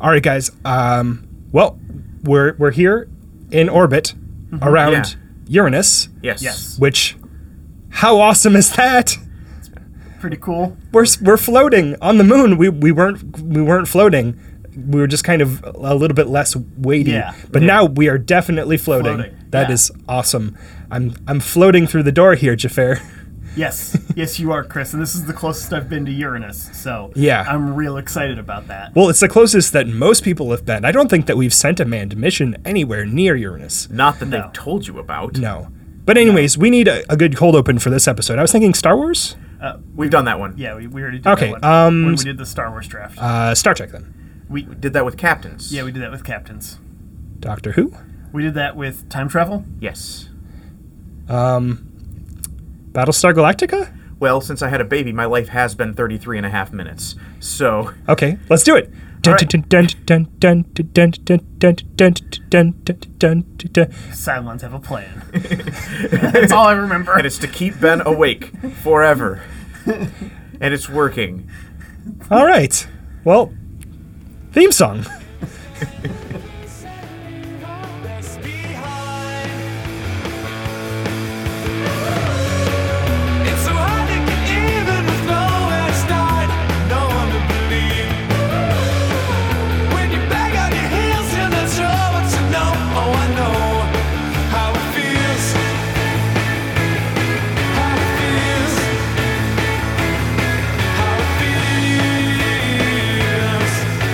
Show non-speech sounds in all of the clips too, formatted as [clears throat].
All right, guys. Um, well, we're we're here in orbit around Yeah. Uranus, Yes. Mm-hmm. Yes. which how awesome is that? Pretty cool. We're s- we're floating on the moon. We we weren't we weren't floating. We were just kind of a little bit less weighty. Yeah. But now we are definitely floating. That Floating, is yeah. awesome. I'm I'm floating through the door here, Jafar. [laughs] Yes, yes, you are, Chris, and this is the closest I've been to Uranus. So Yeah. I'm real excited about that. Well, it's the closest that most people have been. I don't think that we've sent a manned mission anywhere near Uranus. Not that No. they've told you about. No. But anyways, we need a, a good cold open for this episode. I was thinking Star Wars, We've done that one. Yeah, we, we already did Okay, that one um, when we did the Star Wars draft. uh, Star Trek then, we Did that with captains. yeah we did that with captains. Doctor Who. We did that with time travel. Yes. Battlestar Galactica? Well, since I had a baby, my life has been 33 and a half minutes. [laughs] So, Okay, let's do it. All right. Cylons have a [laughs] plan. That's all I remember. and it's to keep Ben awake forever. and it's working. All right. Well, theme song. It's so hard to get even with nowhere to start, no one to believe. When you're back on your heels, you're not sure what you know. Oh, I know how it feels. How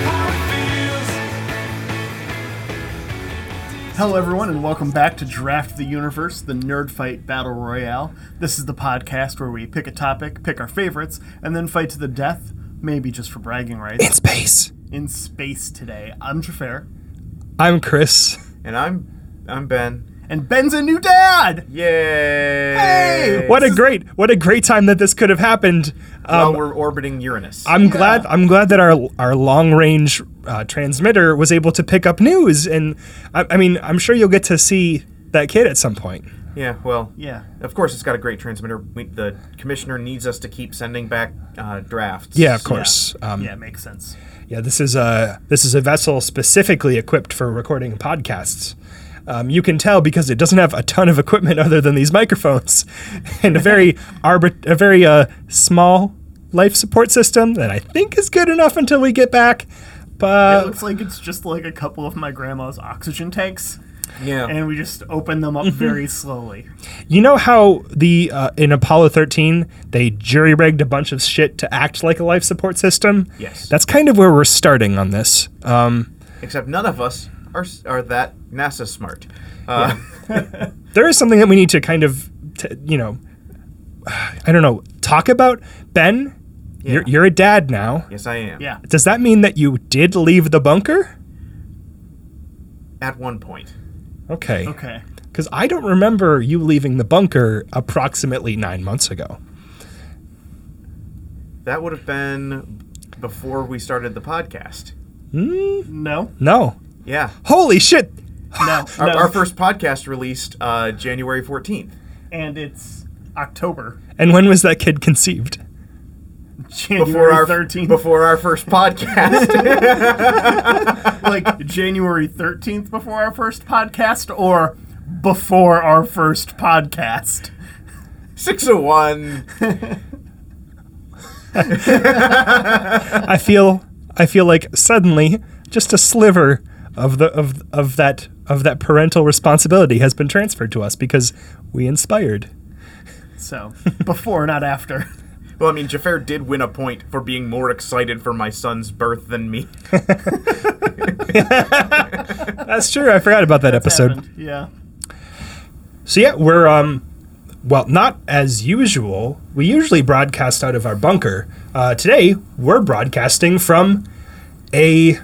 it feels. How it feels. How it feels. Hello, everyone, and welcome back to Draft the Universe, the Nerd Fight Battle Royale. This is the podcast where we pick a topic, pick our favorites, and then fight to the death, maybe just for bragging rights. In space. In space today, I'm Jafar, I'm Chris. And I'm I'm Ben. and Ben's a new dad! Yay! Hey! What a great what a great time that this could have happened. While Um, we're orbiting Uranus. I'm glad I'm glad that our our long range uh, transmitter was able to pick up news, and I, I mean I'm sure you'll get to see that kid at some point. yeah, well. Yeah. Of course, it's got a great transmitter. We, the commissioner needs us to keep sending back uh, drafts. Yeah, of course. Yeah. Um, yeah, makes sense. Yeah, this is a this is a vessel specifically equipped for recording podcasts. Um, you can tell because it doesn't have a ton of equipment other than these microphones [laughs] and a [laughs] very arbit- a very uh, small life support system that I think is good enough until we get back. It uh, But looks like it's just like a couple of my grandma's oxygen tanks, Yeah. and we just open them Mm-hmm. up very slowly. you know how the uh, in Apollo 13 they jury rigged a bunch of shit to act like a life support system. Yes. that's kind of where we're starting on this. Um, Except none of us are, s- are that NASA smart. Uh, there is something that we need to kind of, t- you know, I don't know, talk about. Ben, you're, Yeah. you're a dad now. Yes, I am. Yeah. Does that mean that you did leave the bunker? At one point. Okay. Okay. Because I don't remember you leaving the bunker approximately nine months ago. That would have been before we started the podcast. No, No. Yeah. Holy shit. no, Our, no. our first podcast released uh, January 14th. and it's October, And when was that kid conceived? Before January our, 13th. before our first podcast. [laughs] like January 13th before our first podcast or before our first podcast. 601. I feel I feel like suddenly just a sliver of the of of that of that parental responsibility has been transferred to us because we inspired. So, before, [laughs] not after. Well, I mean, Jafar did win a point for being more excited for my son's birth than me. [laughs] That's true. I forgot about that episode. Happened, [laughs] Yeah. So yeah, we're um, well, not as usual. We usually broadcast out of our bunker. Uh, today, we're broadcasting from a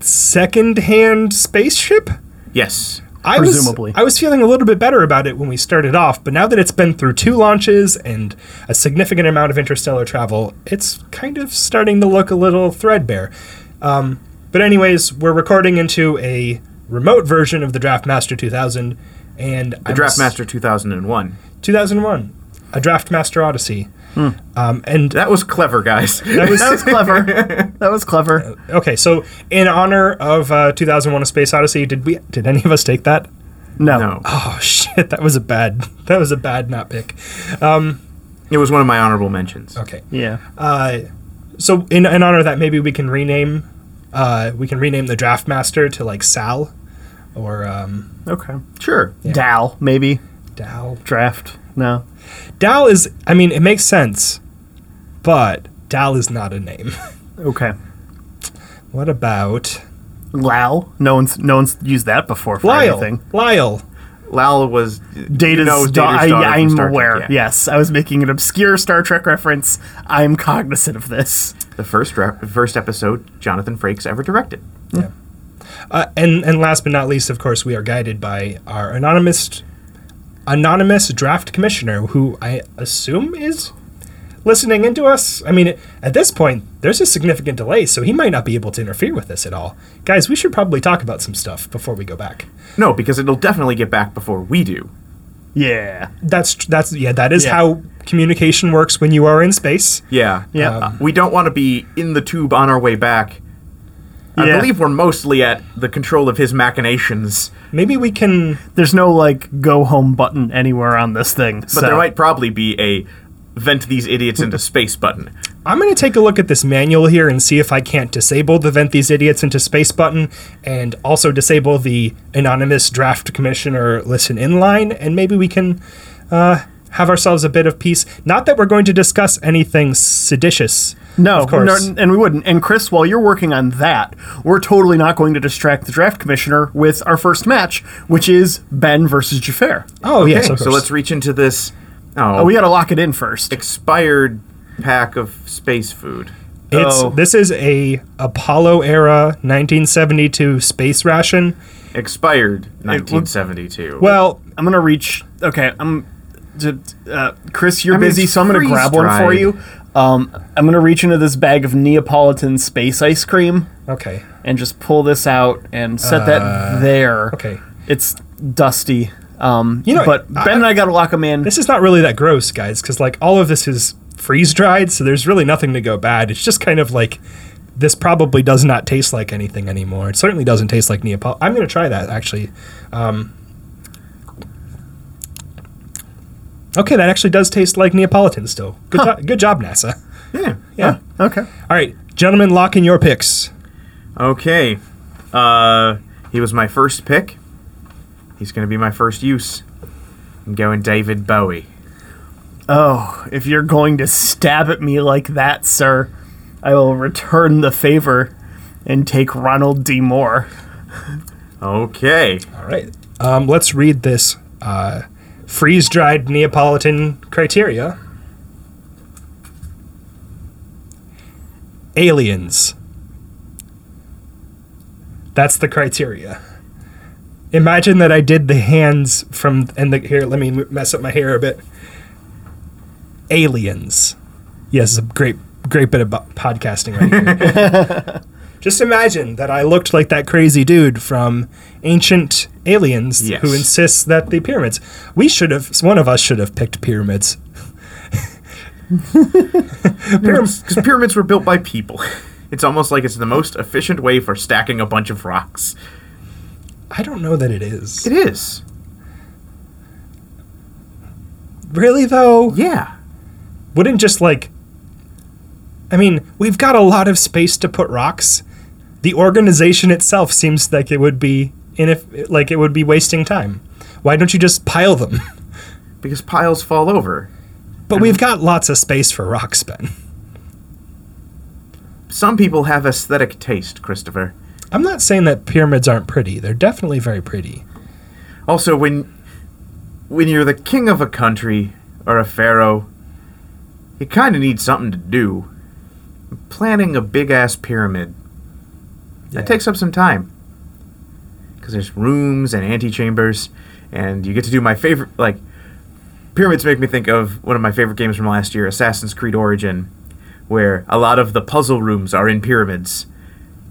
second-hand spaceship. Yes. I Presumably. was I was feeling a little bit better about it when we started off, but now that it's been through two launches and a significant amount of interstellar travel, it's kind of starting to look a little threadbare. Um, but anyways, we're recording into a remote version of the Draftmaster 2000, and The Draftmaster 2001. 2001, a Draftmaster Odyssey. Um, and That was clever, guys. [laughs] That was clever. that was clever. okay, so in honor of uh, 2001: A Space Odyssey, did we? Did any of us take that? No. [laughs] no, Oh [laughs] shit, that was a bad. That was a bad not pick. it was one of my honorable mentions. Okay. Yeah. Uh, so in, in honor of that, maybe we can rename. Uh, we can rename the draft master to like Sal, or um, Okay. Sure. Dal maybe Dal. draft. No. Dal is. I mean, it makes sense, but Dal is not a name. [laughs] Okay. what about Lao. No one's no one's used that before for Lyle? anything. Lyle. Lal was Data's, you know, Data's da- daughter from I, I'm Star Trek, aware. yeah. Yes, I was making an obscure Star Trek reference. I'm cognizant of this. The first rep- first episode Jonathan Frakes ever directed. Yeah. Uh, and and last but not least, of course, we are guided by our anonymous anonymous draft commissioner, who I assume is listening into us. I mean, at this point, there's a significant delay, so he might not be able to interfere with this at all. Guys, we should probably talk about some stuff before we go back. No, because it'll definitely get back before we do. Yeah. That's tr- that's yeah, that is Yeah. how communication works when you are in space. Yeah. Yeah. Uh, we don't want to be in the tube on our way back. I Yeah. believe we're mostly at the control of his machinations, Maybe we can There's no like go home button anywhere on this thing. but there might probably be a vent these idiots [laughs] into space button. I'm going to take a look at this manual here and see if I can't disable the Vent These Idiots into Space button and also disable the anonymous draft commissioner listen in line, and maybe we can uh, have ourselves a bit of peace. Not that we're going to discuss anything seditious. No, of course. no, and we wouldn't. And Chris, while you're working on that, we're totally not going to distract the draft commissioner with our first match, which is Ben versus Jafar. Oh, yes, Okay, of so course. let's reach into this oh, Oh, we got to lock it in first. expired pack of space food. It's, oh. This is a Apollo era 1972 space ration. Expired 1972. Well, I'm gonna reach. Okay, I'm. d- Uh, Chris, you're mean, busy, it's so I'm gonna grab one for freeze-dried. you. Um, I'm gonna reach into this bag of Neapolitan space ice cream okay, and just pull this out and set that there. Uh, okay. It's dusty. Um, You know, but I- Ben and I gotta lock them in. This is not really that gross, guys, because like all of this is freeze dried, so there's really nothing to go bad. It's just kind of like this probably does not taste like anything anymore. It certainly doesn't taste like Neapolitan. I'm going to try that actually. Um, okay, that actually does taste like Neapolitan still. Good, jo- good job, NASA. yeah. Yeah. okay. All right, gentlemen, lock in your picks. Okay. Uh, he was my first pick. He's going to be my first use. I'm going David Bowie. Oh, if you're going to stab at me like that, sir, I will return the favor and take Ronald D. Moore. [laughs] Okay. All right, um, let's read this uh, freeze dried Neapolitan criteria. Aliens. That's the criteria. Imagine that I did the hands from and the here. Let me mess up my hair a bit. Aliens. Yes, a great, great bit of bo- podcasting right here. Just imagine that I looked like that crazy dude from Ancient Aliens Yes. who insists that the pyramids. We should have, one of us should have picked pyramids. Pyramids, cause pyramids were built by people. [laughs] It's almost like it's the most efficient way for stacking a bunch of rocks. I don't know that it is. It is. really, though? Yeah. Wouldn't just like. I mean, we've got a lot of space to put rocks. The organization itself seems like it would be inef- like it would be wasting time. Why don't you just pile them? [laughs] Because piles fall over. But we've got lots of space for rocks, Ben. Some people have aesthetic taste, Christopher. I'm not saying that pyramids aren't pretty. They're definitely very pretty. Also, when when you're the king of a country or a pharaoh, you kind of need something to do. Planning a big ass pyramid Yeah. that takes up some time because there's rooms and antechambers, and you get to do my favorite. Like pyramids make me think of one of my favorite games from last year, Assassin's Creed Origin, where a lot of the puzzle rooms are in pyramids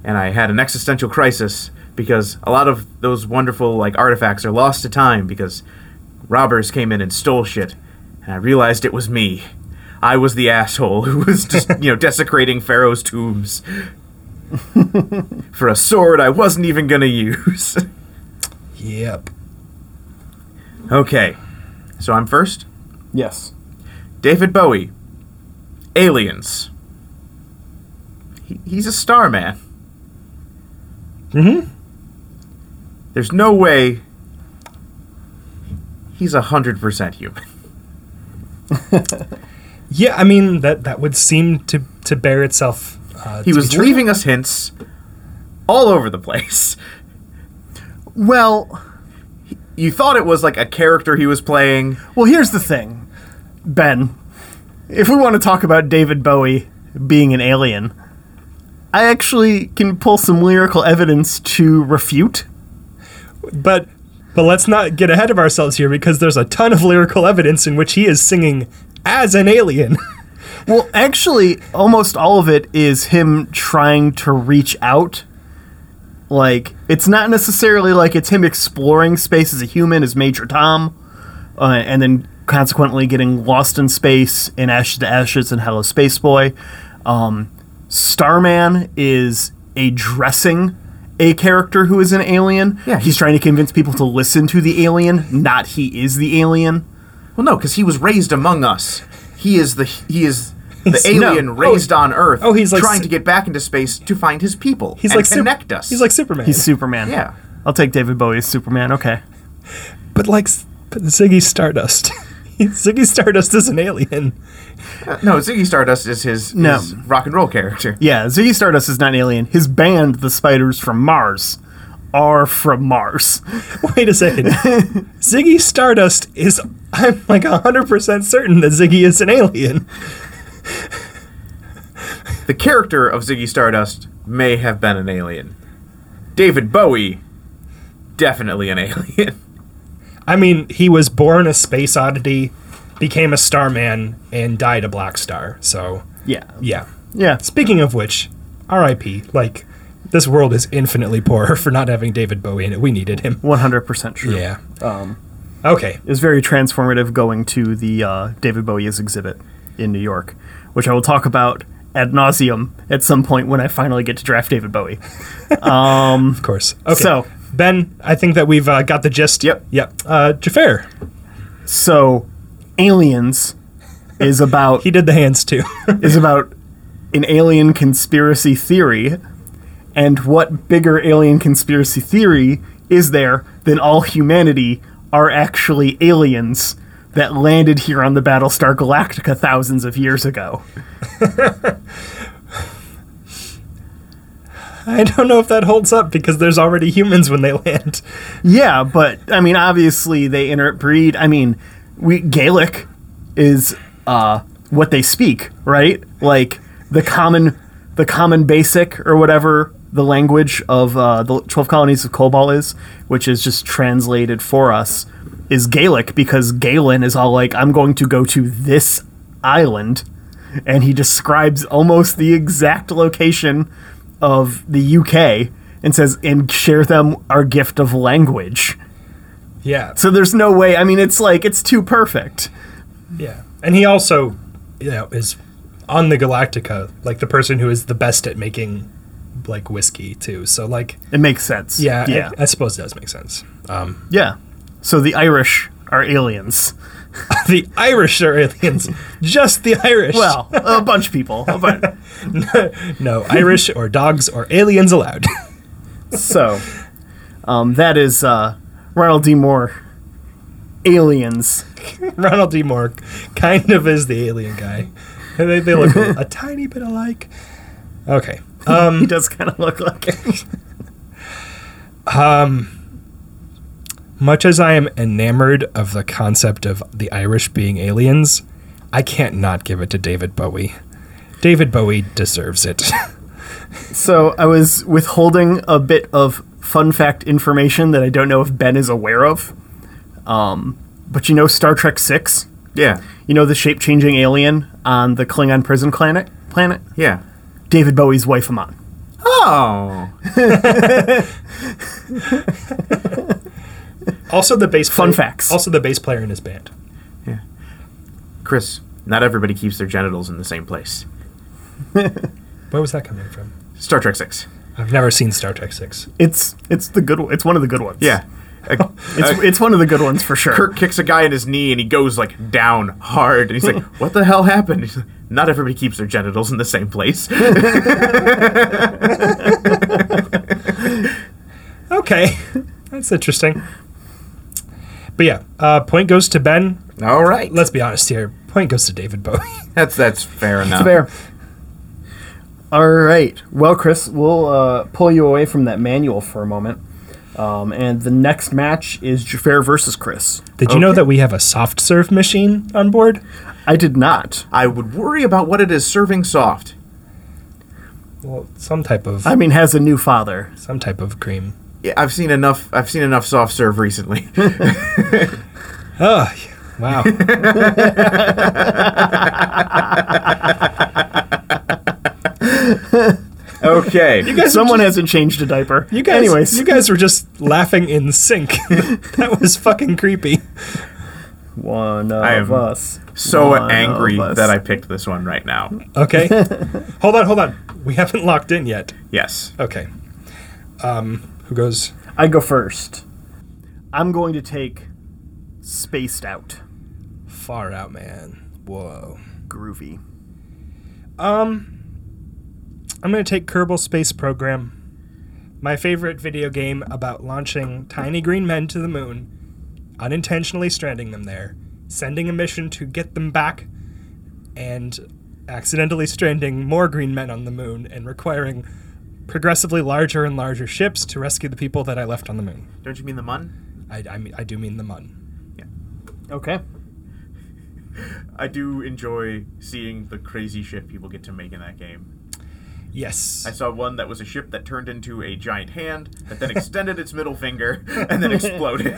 and I had an existential crisis because a lot of those wonderful like artifacts are lost to time because robbers came in and stole shit, and I realized it was me. I was the asshole who was [laughs] just, you know, desecrating Pharaoh's tombs for a sword I wasn't even going to use. [laughs] Yep. okay. So I'm first. Yes. David Bowie. Aliens. He, he's a star man. Mhm. There's no way he's 100% human. Yeah, I mean that that would seem to to bear itself. Uh, He to was be true. leaving us hints all over the place. [laughs] Well, You thought it was like a character he was playing. well, here's the thing, Ben. If we want to talk about David Bowie being an alien, I actually can pull some lyrical evidence to refute. but but let's not get ahead of ourselves here because there's a ton of lyrical evidence in which he is singing as an alien. [laughs] Well, actually, almost all of it is him trying to reach out. Like, it's not necessarily like it's him exploring space as a human, as Major Tom, uh, and then consequently getting lost in space in Ashes to Ashes and Hello Space Boy. Um, Starman is addressing a character who is an alien. Yeah, he's trying to convince people to listen to the alien, not he is the alien. Well, no, because he was raised among us. He is the he is [laughs] the No. alien raised on Earth. Oh, he's like trying Su- to get back into space to find his people. He's and like Sup- connect us. He's like Superman. He's Superman. Yeah. I'll take David Bowie as Superman. Okay. but like S- but Ziggy Stardust. [laughs] Ziggy Stardust is an alien. [laughs] no Ziggy Stardust is his, No. his rock and roll character. Yeah, Ziggy Stardust is not an alien. His band, the Spiders from Mars, are from Mars. Wait a second. Ziggy Stardust is I'm like 100% certain that Ziggy is an alien. The character of Ziggy Stardust may have been an alien. David Bowie, definitely an [laughs] alien. I mean, he was born a space oddity, became a starman and died a black star. So, Yeah. yeah. Yeah. Speaking of which, RIP, like this world is infinitely poorer [laughs] for not having David Bowie in it. We needed him. 100% true. Yeah. okay. It was very transformative going to the uh, David Bowie's exhibit in New York, which I will talk about ad nauseum at some point when I finally get to draft David Bowie. Of course. Okay. So- Ben, I think that we've uh, got the gist. Yep. Yep. Uh, Jafar, So, Aliens is about he did the hands too. [laughs] is about an alien conspiracy theory, and what bigger alien conspiracy theory is there than all humanity are actually aliens that landed here on the Battlestar Galactica thousands of years ago? I don't know if that holds up because there's already humans when they land. Yeah, but I mean, obviously they interbreed. I mean, we Gaelic is uh, what they speak, right? Like the common, the common basic or whatever the language of uh, the twelve colonies of Cobol is, which is just translated for us, is Gaelic because Galen is all like, "I'm going to go to this island," and he describes almost the exact location of the UK and says, "And share them our gift of language." Yeah. So there's no way. I mean, it's like it's too perfect. [laughs] Yeah. And he also, you know, is on the Galactica, like the person who is the best at making like whiskey too. So like It makes sense. yeah, I- yeah, I, suppose it does make sense. [laughs] Um, yeah. So the Irish are aliens. the Irish are aliens. Just the Irish. [laughs] Well, a bunch of people, but no, Irish or dogs or aliens allowed. [laughs] so um, that is uh, Ronald D. Moore. Aliens. Ronald D. Moore kind of is the alien guy. They, they look a tiny bit alike. Okay. Um, He does kind of look like it. Much as I am enamored of the concept of the Irish being aliens, I can't not give it to David Bowie. David Bowie deserves it. [laughs] So I was withholding a bit of fun fact information that I don't know if Ben is aware of. Um, but you know Star Trek Six. Yeah, You know the shape changing alien on the Klingon prison planet? Planet? yeah. David Bowie's wife Amon. Oh, also, the bass Fun player- facts. Also, the bass player in his band. Chris, Not everybody keeps their genitals in the same place. Where was that coming from? Star Trek Six. I've never seen Star Trek Six. It's it's the good one. It's one of the good ones. Yeah. [laughs] A- It's, a- it's one of the good ones for sure. Kirk kicks a guy in his knee and he goes like down hard and he's [laughs] like, "What the hell happened?" He's like, Not everybody keeps their genitals in the same place. Okay, that's interesting. But yeah, uh, point goes to Ben. [laughs] All right, Let's be honest here. Point goes to David Bowie. that's that's fair enough. Fair. All right. Well, Chris, we'll uh, pull you away from that manual for a moment. Um, and the next match is Jafar versus Chris. Did you know Okay. that we have a soft serve machine on board? I did not. I would worry about what it is serving soft. Well, some type of I mean, has a new [laughs] father. some type of cream. Yeah, I've seen enough. I've seen enough soft serve recently. Oh, [laughs] wow. okay. guys were Someone hasn't changed a diaper. You guys, Anyways, you guys were just laughing in sync. [laughs] that was fucking creepy. one of I am us. So One angry of us. that I picked this one right now. [laughs] Okay, hold on, hold on. We haven't locked in yet. Yes. Okay. Um, who goes? I go first. I'm going to take Spaced Out. Far out, man. Whoa. Groovy. Um, I'm going to take Kerbal Space Program, my favorite video game about launching tiny green men to the moon, unintentionally stranding them there, sending a mission to get them back, and accidentally stranding more green men on the moon and requiring progressively larger and larger ships to rescue the people that I left on the moon. Don't you mean the mun? I, I, mean- I do mean the Mun. Okay. I do enjoy seeing the crazy shit people get to make in that game. Yes. I saw one that was a ship that turned into a giant hand that then extended its middle finger and then exploded.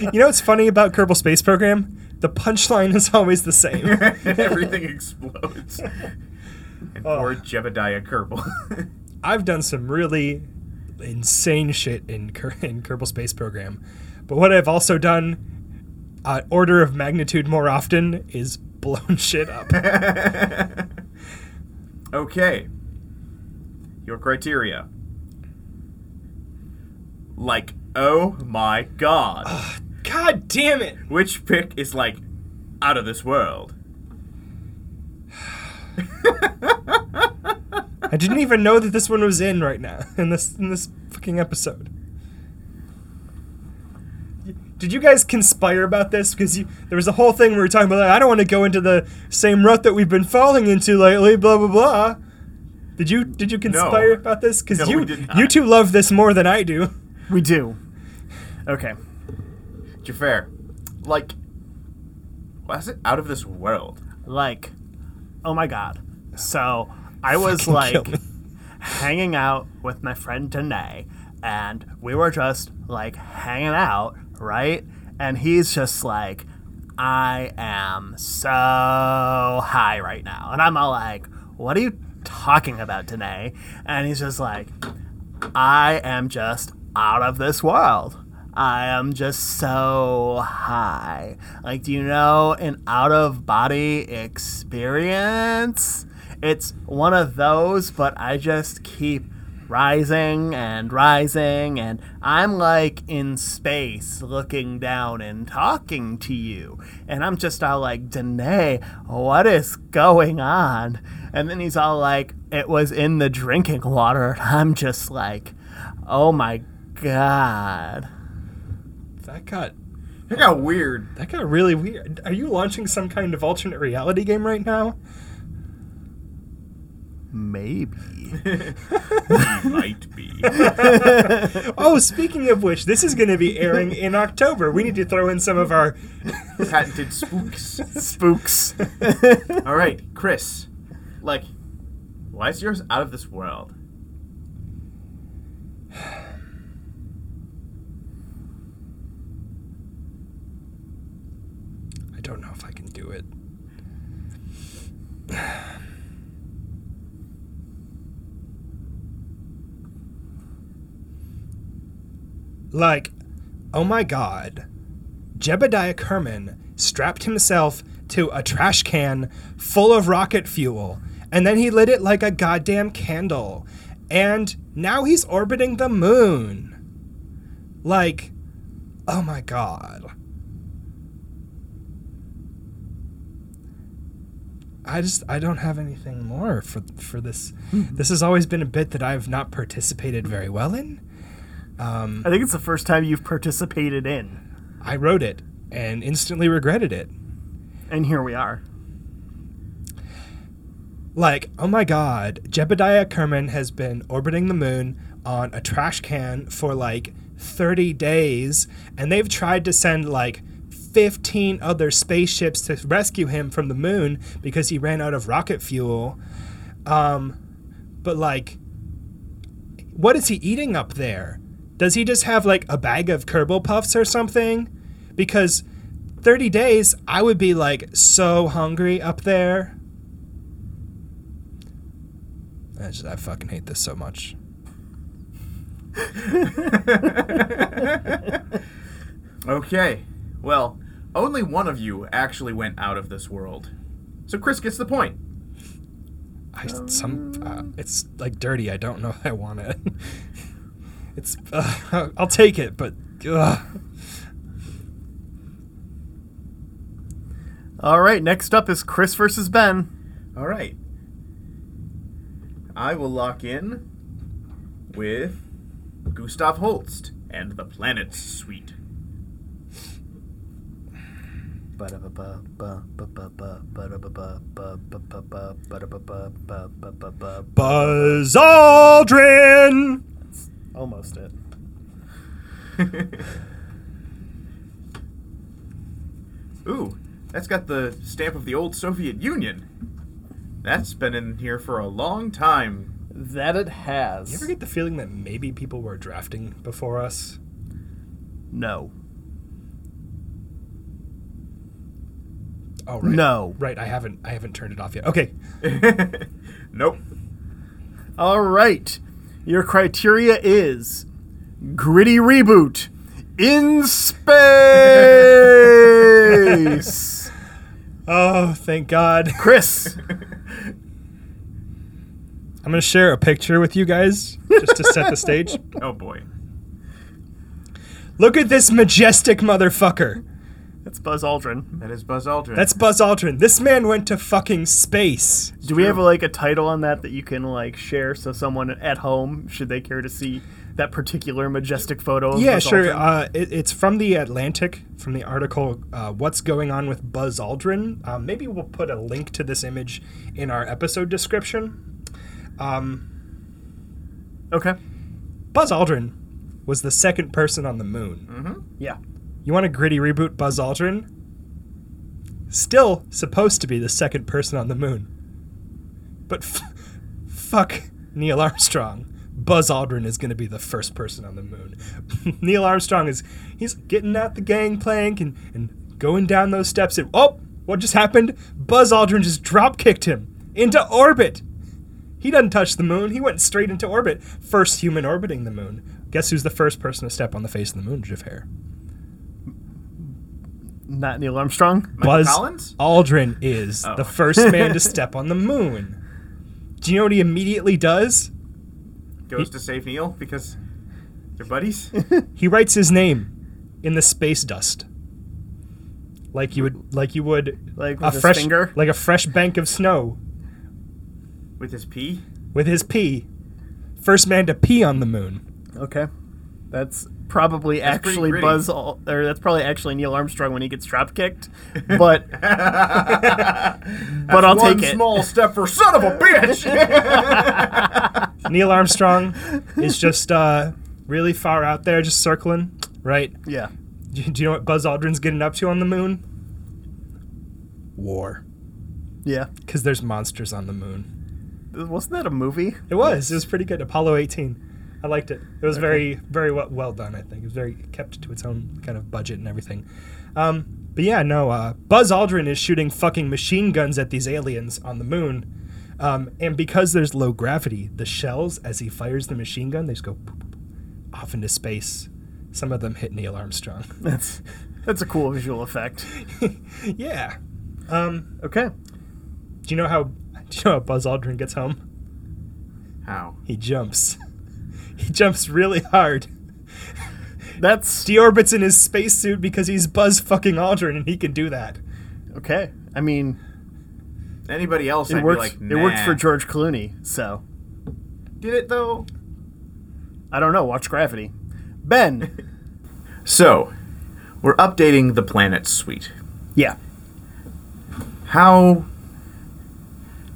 [laughs] You know what's funny about Kerbal Space Program? The punchline is [laughs] always the same. Everything explodes. And poor Jebediah Kerbal. [laughs] I've done some really insane shit in, Ker- [laughs] in Kerbal Space Program, but what I've also done, uh, order of magnitude more often, is blown [laughs] shit up. [laughs] okay. Your criteria. Like, oh my [sighs] god. God damn it! Which pick is like out of this world? I didn't even know that this one was in right now [laughs] in this in this fucking episode. Did you guys conspire about this? Because you, there was a whole thing we were talking about. Like, I don't want to go into the same rut that we've been falling into lately. Blah blah blah. Did you did you conspire about this? Because No, you we did not. you two love this more than I do. We do. Okay. Jafar. Like, was it out of this world? like, oh my god. So [laughs] I was Fucking kill like me. hanging out with my friend Danae, and we were just like hanging out, right? And he's just like, I am so high right now. And I'm all like, what are you talking about, Danae? And he's just like, I am just out of this world. I am just so high. Like, do you know an out of body experience? It's one of those, but I just keep rising and rising, and I'm like in space looking down and talking to you. And I'm just all like, Danae, what is going on? And then he's all like, it was in the drinking water. And I'm just like, oh my God. That got That got weird. that got really weird. Are you launching some kind of alternate reality game right now? Maybe. [laughs] [laughs] He might [laughs] be. Oh, speaking of which, this is going to be airing [laughs] in October. We need to throw in some of our Patented [laughs] spooks. Spooks. All right, Chris. Like, why is yours out of this world? I don't know if I can do it. like, oh my god, Jebediah Kerman strapped himself to a trash can full of rocket fuel, and then he lit it like a goddamn candle. And now he's orbiting the moon. Like, oh my god. I just I don't have anything more for for this. this has always been a bit that I've not participated very well in. I think it's the first time you've participated in, I wrote it and instantly regretted it. and here we [laughs] are. Like, oh my god, Jebediah Kerman has been orbiting the moon on a trash can for like 30 days, and they've tried to send like 15 other spaceships to rescue him from the moon because he ran out of rocket fuel. Um, but like, what is he eating up there? Does he just have like a bag of Kerbal Puffs or something? Because 30 days, I would be like so hungry up there. I just I fucking hate this so much. Okay. Well, only one of you actually went out of this world. So Chris gets the point. I some uh, it's like dirty. I don't know [laughs] if I want it. it's uh, [laughs] I'll take it, but ugh. All right, next up is Chris versus Ben. All right. I will lock in with Gustav Holst and the Planet Suite. [laughs] Buzz Aldrin. Almost it. Ooh, that's got the stamp of the old Soviet Union. That's been in here for a long time. [laughs] That it has. You ever get the feeling that maybe people were drafting before us? no. Oh right. No. Right. I haven't. I haven't turned it off yet. Okay. Nope. All right. Your criteria is gritty reboot in space. Oh, thank God. Chris, I'm gonna share a picture with you guys just to set the stage. Oh boy. Look at this majestic motherfucker. that's Buzz Aldrin. That is Buzz Aldrin. That's Buzz Aldrin. This man went to fucking space. Do we have like a title on that that you can like share so someone at home, should they care to see that particular majestic photo? Of Yeah, Buzz sure. Aldrin? Uh, it, it's from the Atlantic, from the article uh, "What's Going On with Buzz Aldrin." Um, maybe we'll put a link to this image in our episode description. Um, okay. Buzz Aldrin was the second person on the moon. Yeah. You want a gritty reboot, Buzz Aldrin? Still supposed to be the second person on the moon, but f- fuck Neil Armstrong. Buzz Aldrin is going to be the first person on the moon. [laughs] Neil Armstrong is he's getting out the gangplank and and going down those steps. And oh, what just happened? Buzz Aldrin just drop kicked him into orbit. He doesn't touch the moon. He went straight into orbit. First human orbiting the moon. Guess who's the first person to step on the face of the moon, Jafar? Not Neil Armstrong. [laughs] Michael Buzz Collins? Aldrin is Oh. the first man to step on the moon. Do you know what he immediately does? Goes to save Neil because they're buddies. He writes his name in the space dust, like you would, like you would, Like a with his fresh, finger? like a fresh bank of snow With his pee. with his pee. First man to pee on the moon. Okay. That's probably That's pretty actually gritty. Buzz Al- or that's probably actually Neil Armstrong when he gets drop kicked. [laughs] But but I'll One take it. small step for son of a bitch. Neil Armstrong [laughs] is just uh, really far out there, just circling. Right? yeah. Do you do you know what Buzz Aldrin's getting up to on the moon? War, Yeah. because there's monsters on the moon. Wasn't that a movie? It was. It was pretty good. Apollo 18. I liked it. It was very, very well, well done. I think it was very kept to its own kind of budget and everything. Um, but yeah, no. Uh, Buzz Aldrin is shooting fucking machine guns at these aliens on the moon, um, and because there's low gravity, the shells as he fires the machine gun, they just go off into space. Some of them hit Neil Armstrong. [laughs] That's That's a cool visual effect. Yeah. Um, Okay. Do you know how? [laughs] Do you know how Buzz Aldrin gets home? [laughs] How? He jumps. [laughs] he jumps really hard. That's Deorbits in his spacesuit because he's Buzz fucking Aldrin and he can do that. okay. I mean, Anybody else? it I'd worked. Be like, It worked nah. for George Clooney, so Did it though? I don't know. Watch Gravity. Ben. [laughs] So, we're updating the planet suite. yeah. How?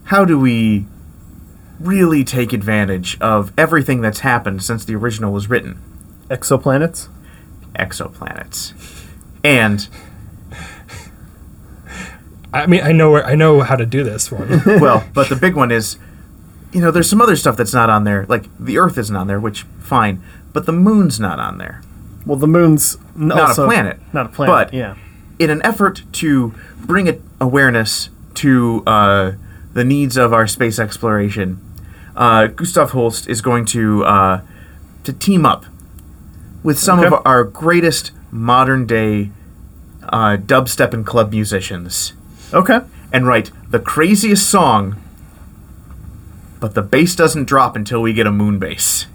How do we really take advantage of everything that's happened since the original was written? Exoplanets. Exoplanets, and I mean, I know where I know how to do this [laughs] one. well, but the big one is, you know, there's some other stuff that's not on there. Like the Earth isn't on there, which fine, but the Moon's not on there. Well, the moon's n- Not a also- planet, Not a planet. but- yeah. in an effort to bring a- awareness to uh, the needs of our space exploration, uh, Gustav Holst is going to uh, to team up with some Okay. of our greatest modern day uh, dubstep and club musicians Okay. and write the craziest song. But the bass doesn't drop until we get a moon bass.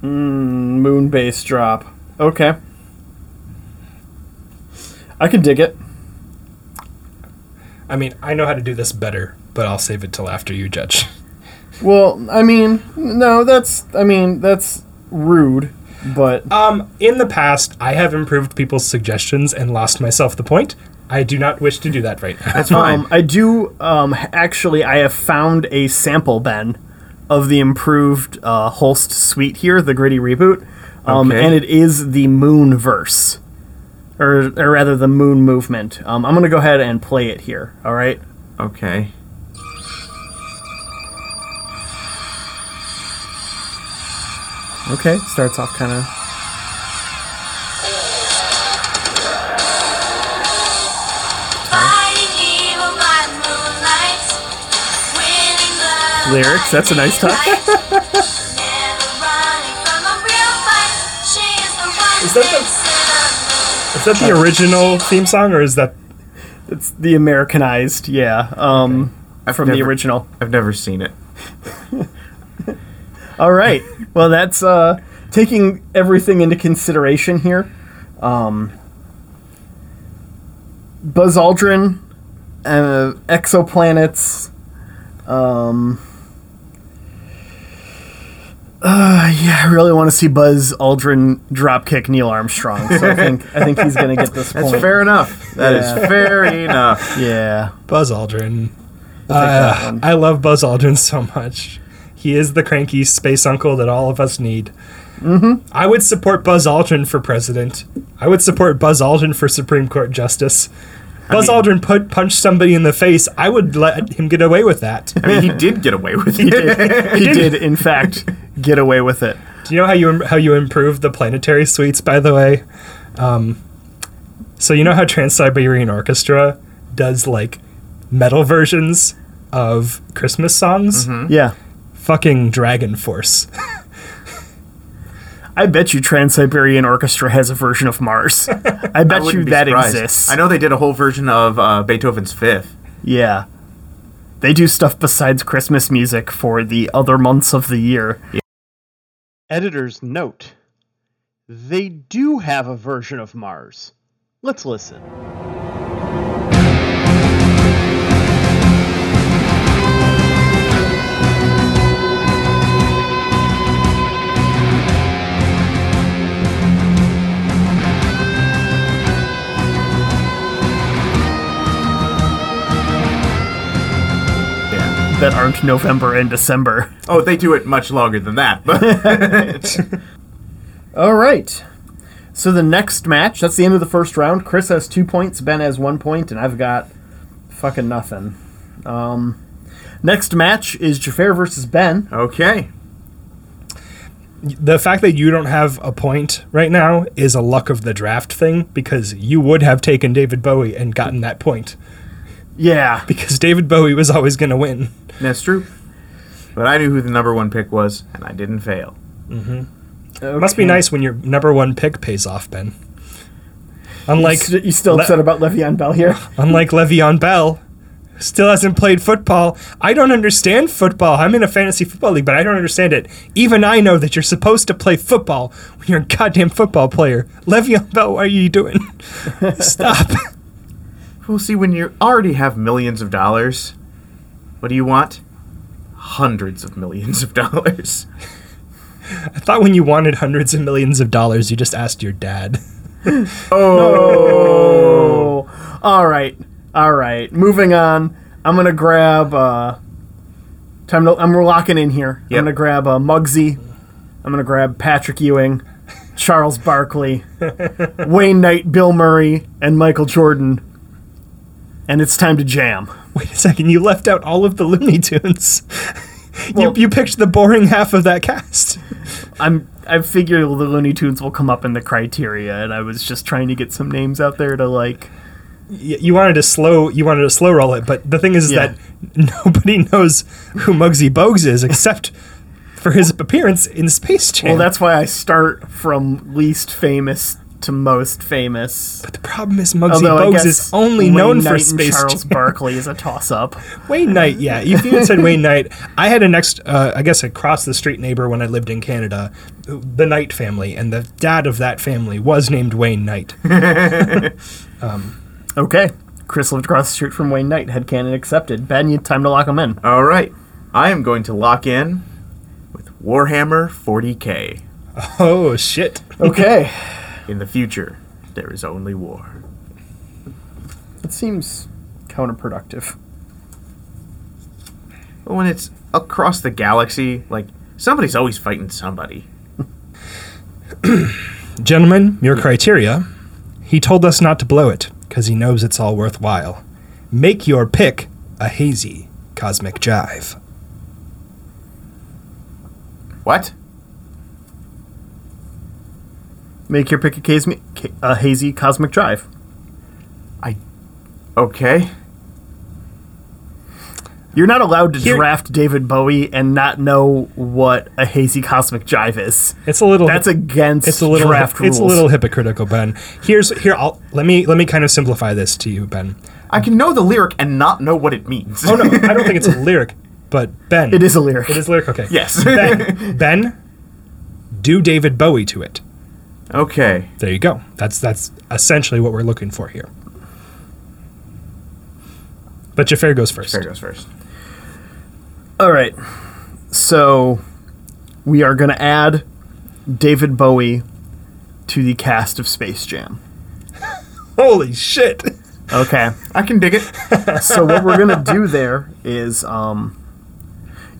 Moon base drop. Okay. I can dig it. I mean, I know how to do this better, but I'll save it till after you judge. Well, I mean, no, that's I mean, that's rude, [laughs] but Um, in the past, I have improved people's suggestions and lost myself the point. I do not wish to do that right [laughs] now. That's fine. um, I do um actually I have found a sample Ben of the improved uh, Holst suite here, the gritty reboot. Um, Okay. and it is the moon verse. Or, or rather the moon movement. Um, I'm gonna go ahead and play it here, all right? okay. Okay, starts off kind of. Lyrics, that's a nice touch. [laughs] Is that Is that the original theme song, or is that It's the Americanized, yeah, um, from the never- original. I've never seen it. All right. Well, that's uh, taking everything into consideration here. Um, Buzz Aldrin, uh, exoplanets. Um, uh, yeah, I really want to see Buzz Aldrin dropkick Neil Armstrong. So I think I think he's gonna get [laughs] this That's point. fair enough. That is Yeah. [laughs] fair enough. Yeah. Buzz Aldrin? that Uh, one. I love Buzz Aldrin so much. He is the cranky space uncle that all of us need. Mm-hmm. I would support Buzz Aldrin for president. I would support Buzz Aldrin for Supreme Court justice. Buzz Aldrin put, punched somebody in the face. I would let him get away with that. I mean, he did get away with it. He did, he did in fact, get away with it. Do you know how you how you improve the planetary suites? By the way, um, so you know how Trans Siberian Orchestra does like metal versions of Christmas songs. Yeah. Fucking Dragon Force. I bet you Trans Siberian Orchestra has a version [laughs] of Mars. I [laughs] I bet wouldn't you be that surprised. exists. I know they did a whole version of uh, Beethoven's Fifth. Yeah. They do stuff besides Christmas music for the other months of the year. Editor's note they do have a version of Mars. Let's listen. Yeah. That aren't November and December. Oh, they do it much longer than that. [laughs] But All right. So the next match, that's the end of the first round. Chris has two points, Ben has one point, and I've got fucking nothing. Um, next match is Jafar versus Ben. okay, The fact that you don't have a point right now is a luck of the draft thing because you would have taken David Bowie and gotten that point Yeah. because David Bowie was always going to win. that's true. But I knew who the number one pick was, and I didn't fail. Hmm. It must be nice when your number one pick pays off, Ben. Unlike St- you still Le- upset about Le'Veon Bell here? unlike Le'Veon Bell, still hasn't played football. I don't understand football. I'm in a fantasy football league, but I don't understand it. Even I know that you're supposed to play football when you're a goddamn football player. Le'Veon Bell, what are you doing? [laughs] Stop. Well, see, when you already have millions of dollars, what do you want? Hundreds of millions of [laughs] dollars. I thought when you wanted hundreds of millions of dollars, you just asked your dad. [laughs] Oh, all right, all right. Moving on. I'm gonna grab. Uh, time to. I'm locking in here. Yep. I'm gonna grab uh, Muggsy. I'm gonna grab Patrick Ewing, Charles Barkley, Wayne Knight, Bill Murray, and Michael Jordan. And it's time to jam. Wait a second, you left out all of the Looney Tunes. [laughs] Well- you, you picked the boring half of that cast. I'm. I figure the Looney Tunes will come up in the criteria, and I was just trying to get some names out there to like. Y- You wanted to slow you wanted to slow roll it, but the thing is Yeah. that nobody knows who Muggsy Bogues is except for his appearance in Space Jam. Well, that's why I start from least famous to most famous. the problem is Muggsy Although I Bogues guess is only Wayne known Knight for and Space [laughs] Charles Jam. Barkley is a toss-up. Wayne Knight, yeah. If you had said Wayne Knight, I had a next, uh, I guess, across the street neighbor when I lived in Canada, the Knight family, and the dad of that family was named Wayne Knight. Okay. Chris lived across the street from Wayne Knight. Headcanon accepted. Ben, you time to lock [laughs] him in. All right, I am going to lock in with Warhammer 40k. oh shit! Okay. In the future, there is only war. it seems counterproductive. But when it's across the galaxy, like somebody's always fighting somebody. Gentlemen, your criteria. He told us not to blow it because he knows it's all worthwhile. Make your pick a hazy cosmic jive. What? Make your pick a, cas- ca- a hazy cosmic drive. Okay. You're not allowed to Here- draft David Bowie and not know what a hazy cosmic jive is. It's a little. That's against It's a little. draft rules. It's a little hypocritical, Ben. Here's here. I'll let me let me kind of simplify this to you, Ben. I can know the lyric and not know what it means. Oh no, I don't think it's a lyric, but Ben. It is a lyric. It is lyric. Okay. [laughs] [laughs] yes. Ben, Ben, do David Bowie to it. okay. There you go. That's that's essentially what we're looking for here. But Jafar goes first. Fair goes first. All right. So we are going to add David Bowie to the cast of Space Jam. Holy shit! Okay. I can dig it. so what we're going to do there is um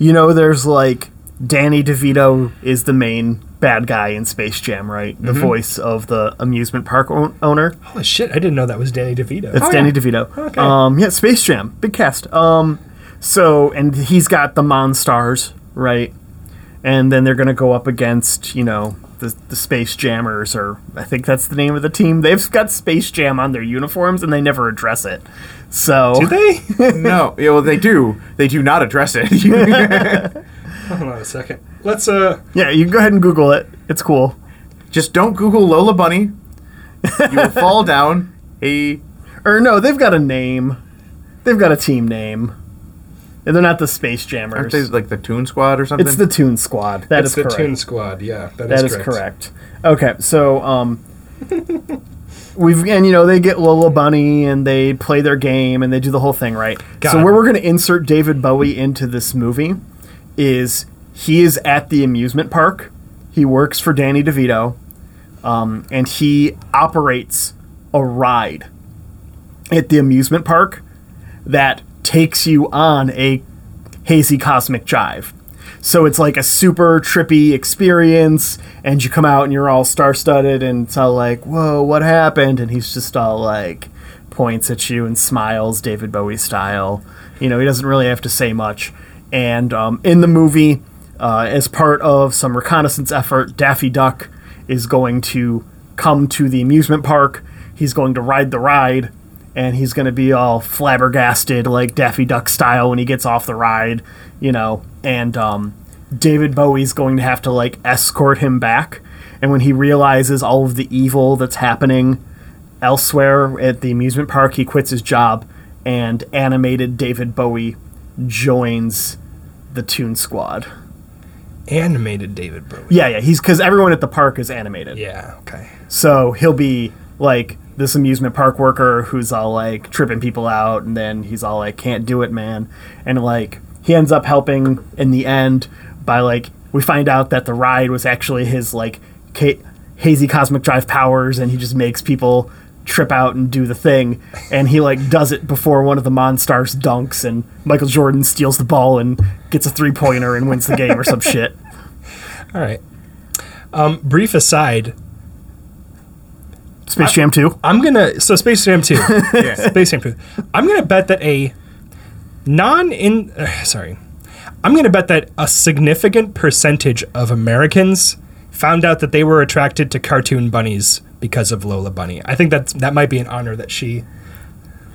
you know there's like Danny DeVito is the main bad guy in Space Jam, right? The voice of the amusement park o- owner. Holy shit! I didn't know that was Danny DeVito. That's Danny DeVito. Oh, Okay. Um, yeah, Space Jam, big cast. Um, so and he's got the Monstars, right? And then they're gonna go up against you know the the Space Jammers, or I think that's the name of the team. They've got Space Jam on their uniforms, and they never address it. So Do they? No, yeah, well, they do. They do not address it. [laughs] Hold on a second. Let's uh. yeah, you can go ahead and Google it. It's cool. Just don't Google Lola Bunny. You will [laughs] fall down a. Or no, they've got a name. They've got a team name. And they're not the Space Jammers. Aren't they like the Toon Squad or something? it's the Toon Squad. That it's is the correct. Toon Squad. Yeah, That is correct. Okay, so um, [laughs] we've and you know they get Lola Bunny and they play their game and they do the whole thing right. Got so it. where we're going to insert David Bowie into this movie is he is at the amusement park. He works for Danny DeVito, um, and he operates a ride at the amusement park that takes you on a hazy cosmic jive. So it's like a super trippy experience, and you come out and you're all star studded, and it's all like, whoa, what happened? And he's just all like, points at you and smiles, David Bowie style. You know, he doesn't really have to say much. And um, in the movie, uh, as part of some reconnaissance effort, Daffy Duck is going to come to the amusement park. He's going to ride the ride, and he's going to be all flabbergasted, like Daffy Duck style, when he gets off the ride, you know. And um, David Bowie's going to have to like escort him back. And when he realizes all of the evil that's happening Elsewhere at the amusement park, he quits his job, and animated David Bowie joins the Toon Squad. Animated David Bowie. Yeah, yeah, he's because everyone at the park is animated. Yeah. Okay. So he'll be like this amusement park worker who's all like tripping people out, and then he's all like, can't do it, man. And like, he ends up helping in the end by like, we find out that the ride was actually his like ca- hazy cosmic drive powers, and he just makes people trip out and do the thing. And he like does it before one of the Monstars dunks, and Michael Jordan steals the ball and gets a three pointer and wins the game or some shit. All right. Um, brief aside, Space Jam 2. I'm gonna so Space Jam two, Space Jam two. I'm gonna bet that a non in uh, sorry, I'm gonna bet that a significant percentage of Americans found out that they were attracted to cartoon bunnies because of Lola Bunny. I think that that might be an honor that she.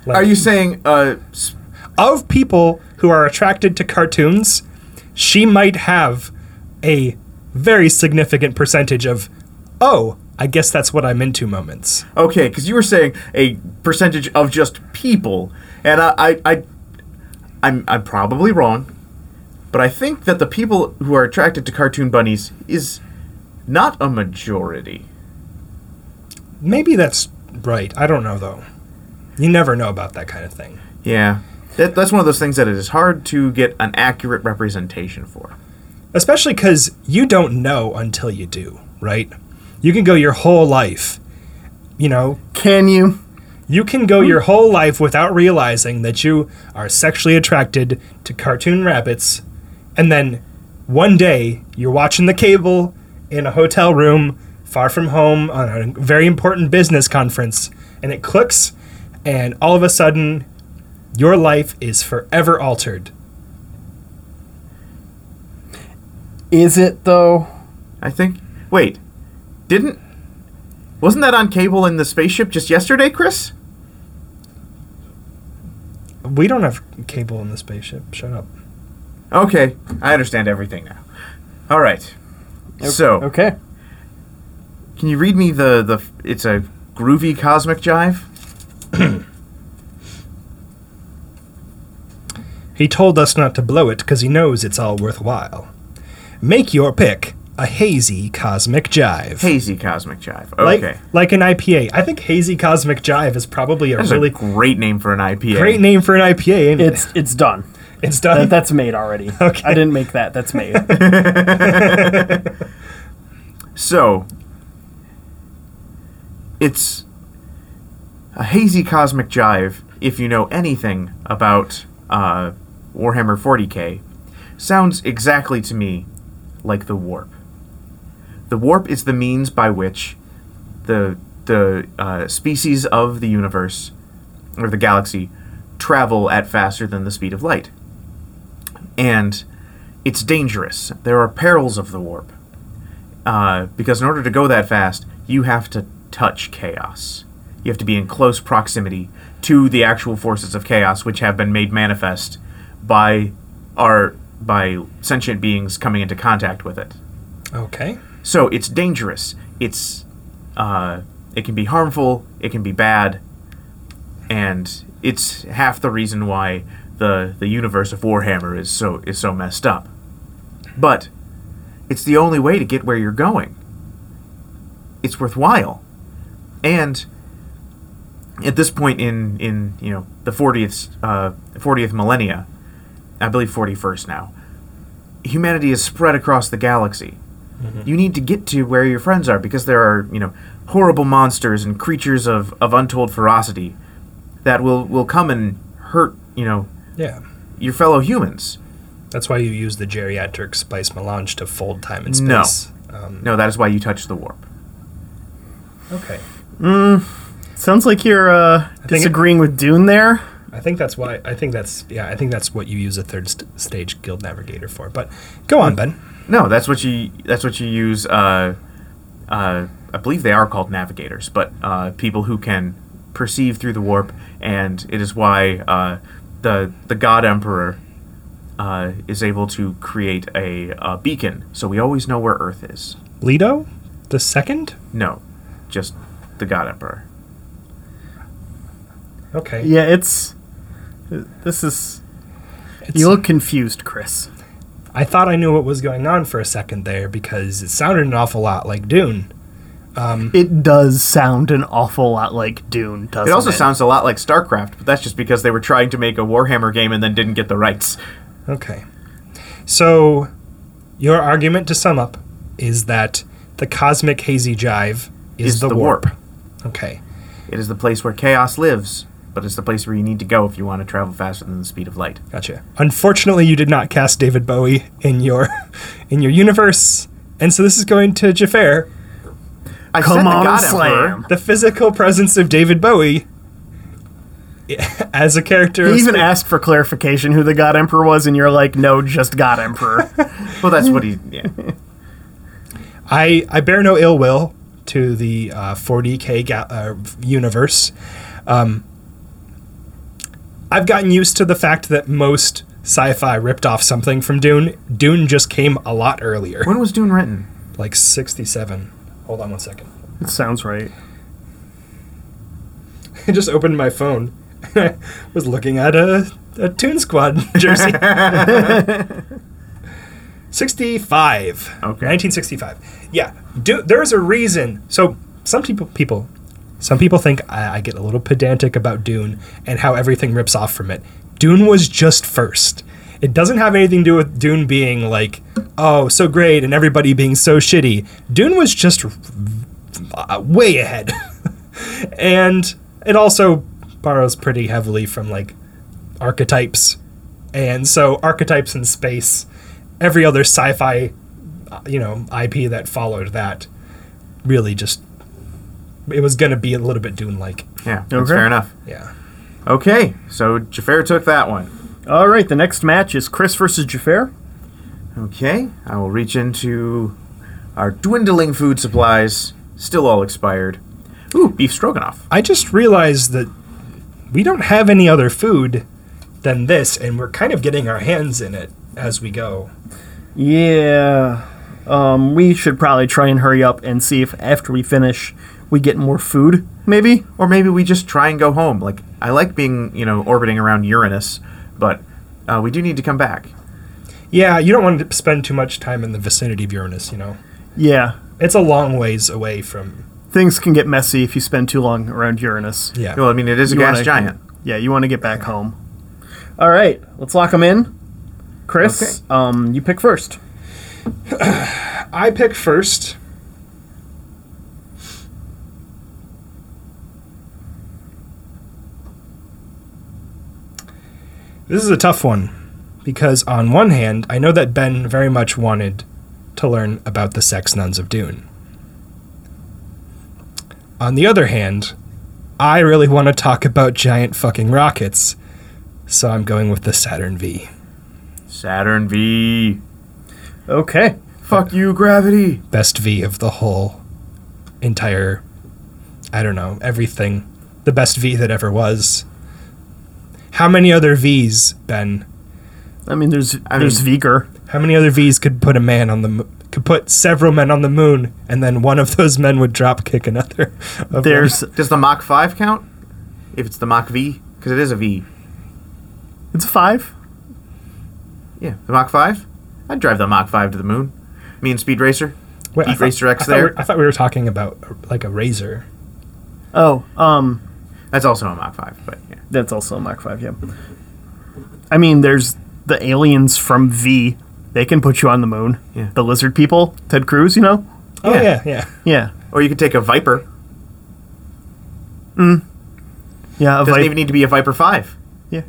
like, Are you saying uh, s- of people who are attracted to cartoons? She might have a very significant percentage of oh, I guess that's what I'm into moments. okay? Because you were saying a percentage of just people, and I, I, I I'm, I'm probably wrong, but I think that the people who are attracted to cartoon bunnies is not a majority. Maybe that's right. I don't know though. You never know about that kind of thing. Yeah, that, that's one of those things that it is hard to get an accurate representation for. Especially cuz you don't know until you do, right? You can go your whole life, you know, Can you? Hmm. you can go your whole life without realizing that you are sexually attracted to cartoon rabbits and then one day you're watching the cable in a hotel room far from home on a very important business conference and it clicks and all of a sudden your life is forever altered. Is it though? I think. Wait, didn't? Wasn't that on cable in the spaceship just yesterday, Chris? We don't have cable in the spaceship. Shut up. Okay, I understand everything now. All right. So, Okay. can you read me the the? It's a groovy cosmic jive. He told us not to blow it because he knows it's all worthwhile. Make your pick a hazy cosmic jive. Hazy cosmic jive. like, Okay, like an IPA. I think hazy cosmic jive is probably a that's really a great name for an IPA. great name for an IPA. Ain't it? It's it's done. It's done. That, Uh, that's made already. [laughs] Okay. I didn't make that. [laughs] That's made. So, it's a hazy cosmic jive. If you know anything about uh, Warhammer 40k, sounds exactly to me like the warp. The warp is the means by which the the uh, species of the universe or the galaxy travel at faster than the speed of light, and it's dangerous. There are perils of the warp uh, because in order to go that fast, you have to touch chaos. You have to be in close proximity to the actual forces of chaos, which have been made manifest by our by sentient beings coming into contact with it. okay. So it's dangerous. It's uh, it can be harmful. It can be bad, and it's half the reason why the the universe of Warhammer is so is so messed up. But it's the only way to get where you're going. It's worthwhile, and at this point in in you know the 40th uh, 40th millennia, I believe 41st now, humanity is spread across the galaxy you need to get to where your friends are because there are you know horrible monsters and creatures of, of untold ferocity that will will come and hurt you know Yeah. your fellow humans That's why you use the geriatric spice melange to fold time and No. space. Um, no that is why you touch the warp okay. Sounds like you're uh, think it- disagreeing with Dune there. I think that's why. I think that's yeah. I think that's what you use a third st- stage guild navigator for. But go on, Ben. no that's what you that's what you use uh, uh, i believe they are called navigators but uh, people who can perceive through the warp and it is why uh, the the god emperor uh, is able to create a, a beacon so we always know where earth is Leto, the second. No, just the God Emperor. Okay. Yeah, it's. This is. It's- You look confused, Chris. I thought I knew what was going on for a second there because it sounded an awful lot like Dune. It does sound an awful lot like Dune, doesn't it? It also sounds a lot like StarCraft, but that's just because they were trying to make a Warhammer game and then didn't get the rights. Okay. So, your argument to sum up is that the cosmic hazy jive is, the, warp. Okay. It is the place where chaos lives, but it's the place where you need to go if you want to travel faster than the speed of light. Gotcha. Unfortunately, you did not cast David Bowie in your [laughs] in your universe, and so this is going to Jafar. I Come said the on, God slam. Emperor. The physical presence of David Bowie [laughs] as a character. He of even sp- asked for clarification who the God Emperor was, and you're like, no, just [laughs] God Emperor. Well, that's what he. [laughs] Yeah. I I bear no ill will to the uh, 40k ga- uh, universe. Um, I've gotten used to the fact that most sci-fi ripped off something from Dune. Dune just came a lot earlier, When was Dune written? like 67. Hold on one second. it sounds right. I [laughs] just opened my phone. I was looking at a, a Toon Squad [laughs] jersey. 65. Okay. 1965. Yeah. Do, there's a reason. So some people, people, some people think I, I get a little pedantic about Dune and how everything rips off from it. Dune was just first. It doesn't have anything to do with Dune being like, oh, so great and everybody being so shitty. Dune was just uh, way ahead. [laughs] and it also borrows pretty heavily from like archetypes. And so archetypes in space, every other sci-fi, uh, you know, IP that followed that really just it was going to be a little bit Dune like. Yeah, that's Okay. fair enough. Yeah. Okay, so Jafar took that one. All right, the next match is Chris versus Jafar. Okay, I will reach into our dwindling food supplies, still all expired. Ooh, beef stroganoff. I just realized that we don't have any other food than this and we're kind of getting our hands in it as we go. Yeah. Um, we should probably try and hurry up and see if after we finish, we get more food, maybe? Or maybe we just try and go home. Like, I like being, you know, orbiting around Uranus, but uh, we do need to come back. Yeah, you don't want to spend too much time in the vicinity of Uranus, you know. Yeah. It's a long ways away from Things can get messy if you spend too long around Uranus. yeah. Well, I mean, it is a You gas wanna- giant. Yeah, you want to get back home. All right, let's lock them in. Chris, um, you pick first. I pick first. This is a tough one because, on one hand, I know that Ben very much wanted to learn about the sex nuns of Dune. On the other hand, I really want to talk about giant fucking rockets, so I'm going with the Saturn V. Saturn V. Okay. Fuck you, gravity. best V of the whole entire I don't know, everything. The best V that ever was. How many other V's, Ben? I mean, there's I there's Viger. How many other V's could put a man on the mo- could put several men on the moon and then one of those men would drop kick another? [laughs] of them? There's Does the Mach 5 count? If it's the Mach V? Because it is a V. it's a five. Yeah, the Mach 5? I'd drive the Mach 5 to the moon. Me and Speed Racer? Wait, I Beat Racer X I thought we- there? I thought we were talking about uh, like a razor. Oh, um, That's also a Mach 5, but yeah. that's also a Mach five. Yeah. I mean, there's the aliens from V. They can put you on the moon. Yeah. The lizard people, Ted Cruz. You know. Oh Yeah. yeah, yeah. Yeah. Or you could take a Viper. Yeah. A Doesn't vi- even need to be a Viper 5. yeah.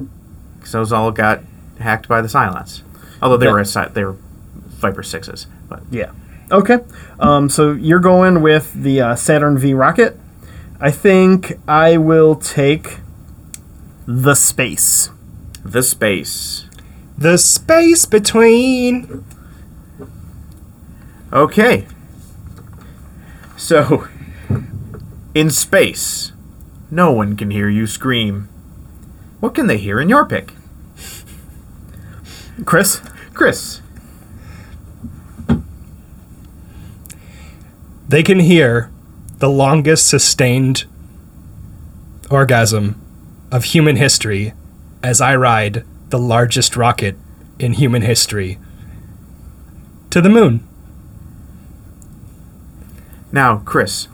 Because those all got hacked by the Silence. Although they Yeah. were a, Si- they were Viper 6s. But Yeah. Okay. Um, so you're going with the uh, Saturn V rocket. I think I will take the space. the space. The space between Okay. So, in space, no one can hear you scream. What can they hear in your pick? Chris? Chris. they can hear the longest sustained orgasm of human history as I ride the largest rocket in human history to the moon. Now, Chris,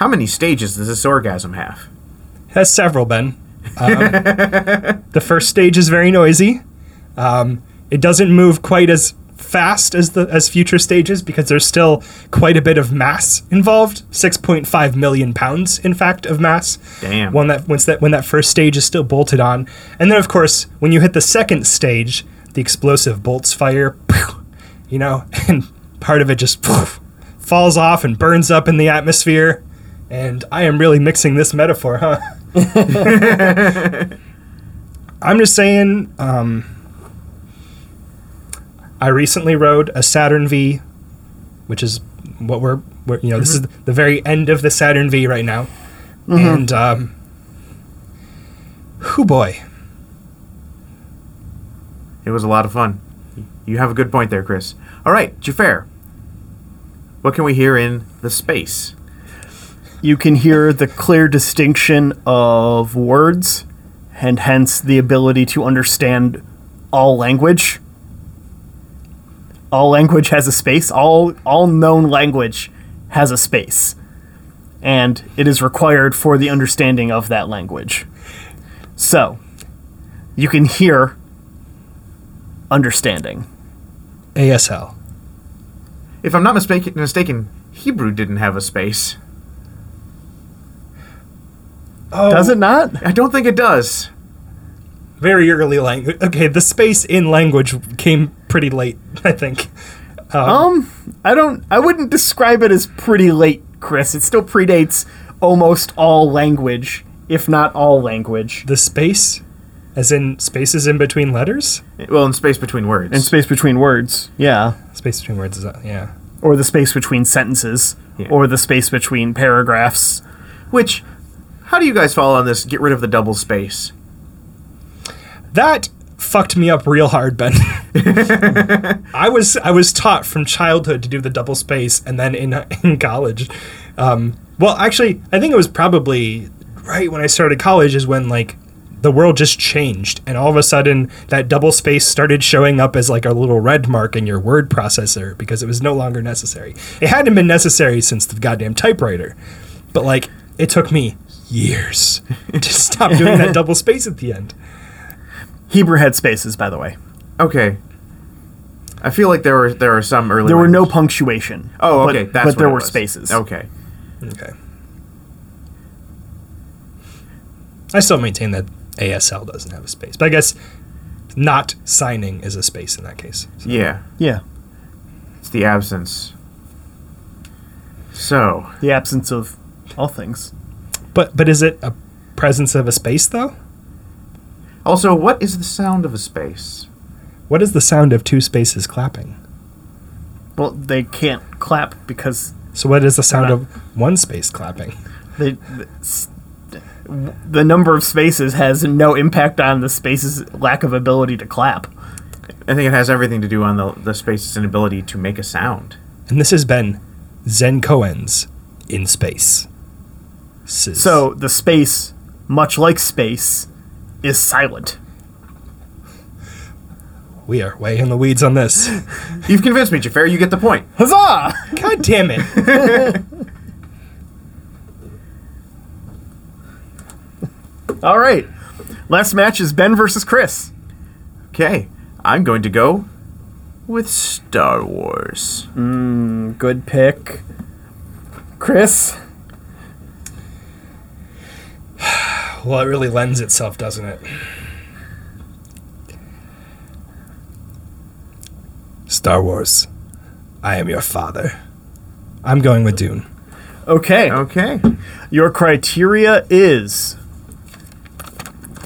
how many stages does this orgasm have? Has several been. Um, the first stage is very noisy. Um, it doesn't move quite as fast as the as future stages because there's still quite a bit of mass involved. Six point five million pounds, in fact, of mass. Damn. When that once that when that first stage is still bolted on, and then of course when you hit the second stage, the explosive bolts fire. You know, [laughs] and part of it just falls off and burns up in the atmosphere. And I am really mixing this metaphor, huh? I'm just saying, um, I recently rode a Saturn V, which is what we're, we're you know, this is the very end of the Saturn V right now. And, um, who boy, It was a lot of fun. You have a good point there, Chris. All right, Jafar. What can we hear in the space? you can hear the clear distinction of words and hence the ability to understand all language all language has a space all all known language has a space and it is required for the understanding of that language so you can hear understanding ASL. If I'm not mistaken, mistaken Hebrew didn't have a space. does it not I don't think it does. Very early language. Okay, the space in language came pretty late, I think. Um, I don't. I wouldn't describe it as pretty late, Chris. It still predates almost all language, if not all language, The space, as in spaces in between letters? Well, in space between words. and space between words. Yeah, Space between words is, yeah. or the space between sentences, Yeah. or the space between paragraphs. Which, how do you guys fall on this? Get rid of the double space. That fucked me up real hard, Ben. I was I was taught from childhood to do the double space, and then in [laughs] in college, um, well, actually, I think it was probably right when I started college is when like the world just changed, and all of a sudden that double space started showing up as like a little red mark in your word processor because it was no longer necessary. It hadn't been necessary since the goddamn typewriter, but like it took me years to stop doing that double space at the end. Hebrew had spaces, by the way. Okay. I feel like there were there are some early. There were no ones. punctuation. Oh, but- okay. that's but what there it were was. spaces. Okay. Okay. I still maintain that ASL doesn't have a space, but I guess not signing is a space in that case. Yeah. Yeah, It's the absence. So, the absence of all things. But but is it a presence of a space though? also, what is the sound of a space? What is the sound of two spaces clapping? Well, they can't clap because So what is the sound of one space clapping? the, the, s- the number of spaces has no impact on the space's lack of ability to clap. I think it has everything to do on the the space's inability to make a sound. And this has been Zen Cohen's in space. Sis. So the space, much like space, is silent. we are way in the weeds on this. You've convinced me, Jafar. You get the point. Huzzah! [laughs] God damn it. All right. Last match is Ben versus Chris. Okay, I'm going to go with Star Wars. Good pick. Chris? Well, it really lends itself, doesn't it? Star Wars. I am your father. I'm going with Dune. Okay. Okay. Your criteria is.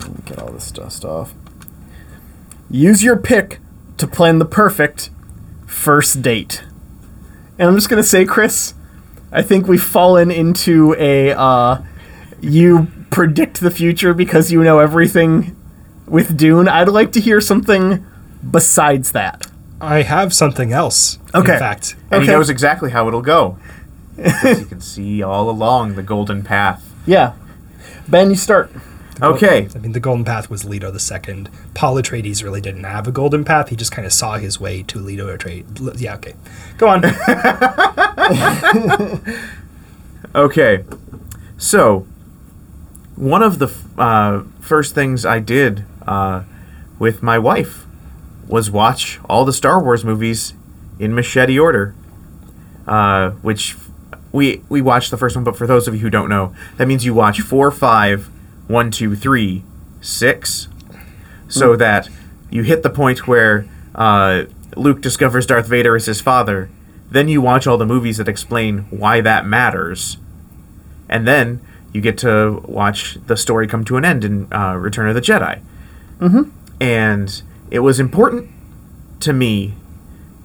Let me Get all this dust off. Use your pick to plan the perfect first date. And I'm just gonna say, Chris, I think we've fallen into a uh, you predict the future because you know everything with Dune. I'd like to hear something besides that. I have something else. Okay. In fact, And he Okay. knows exactly how it'll go. 'Cause he can see all along the golden path. Yeah, Ben, you start. the Okay. I mean, the golden path was Leto the second. Paul Atreides really didn't have a golden path. He just kind of saw his way to Leto Atreides. Yeah, okay. Go on. Okay. So, one of the f- uh, first things I did uh, with my wife was watch all the Star Wars movies in machete order, uh, which f- we we watched the first one. But for those of you who don't know, that means you watch four, five, one, two, three, six, so that you hit the point where uh, Luke discovers Darth Vader is his father. Then you watch all the movies that explain why that matters, and then you get to watch the story come to an end in uh, Return of the Jedi. Mm-hmm. And it was important to me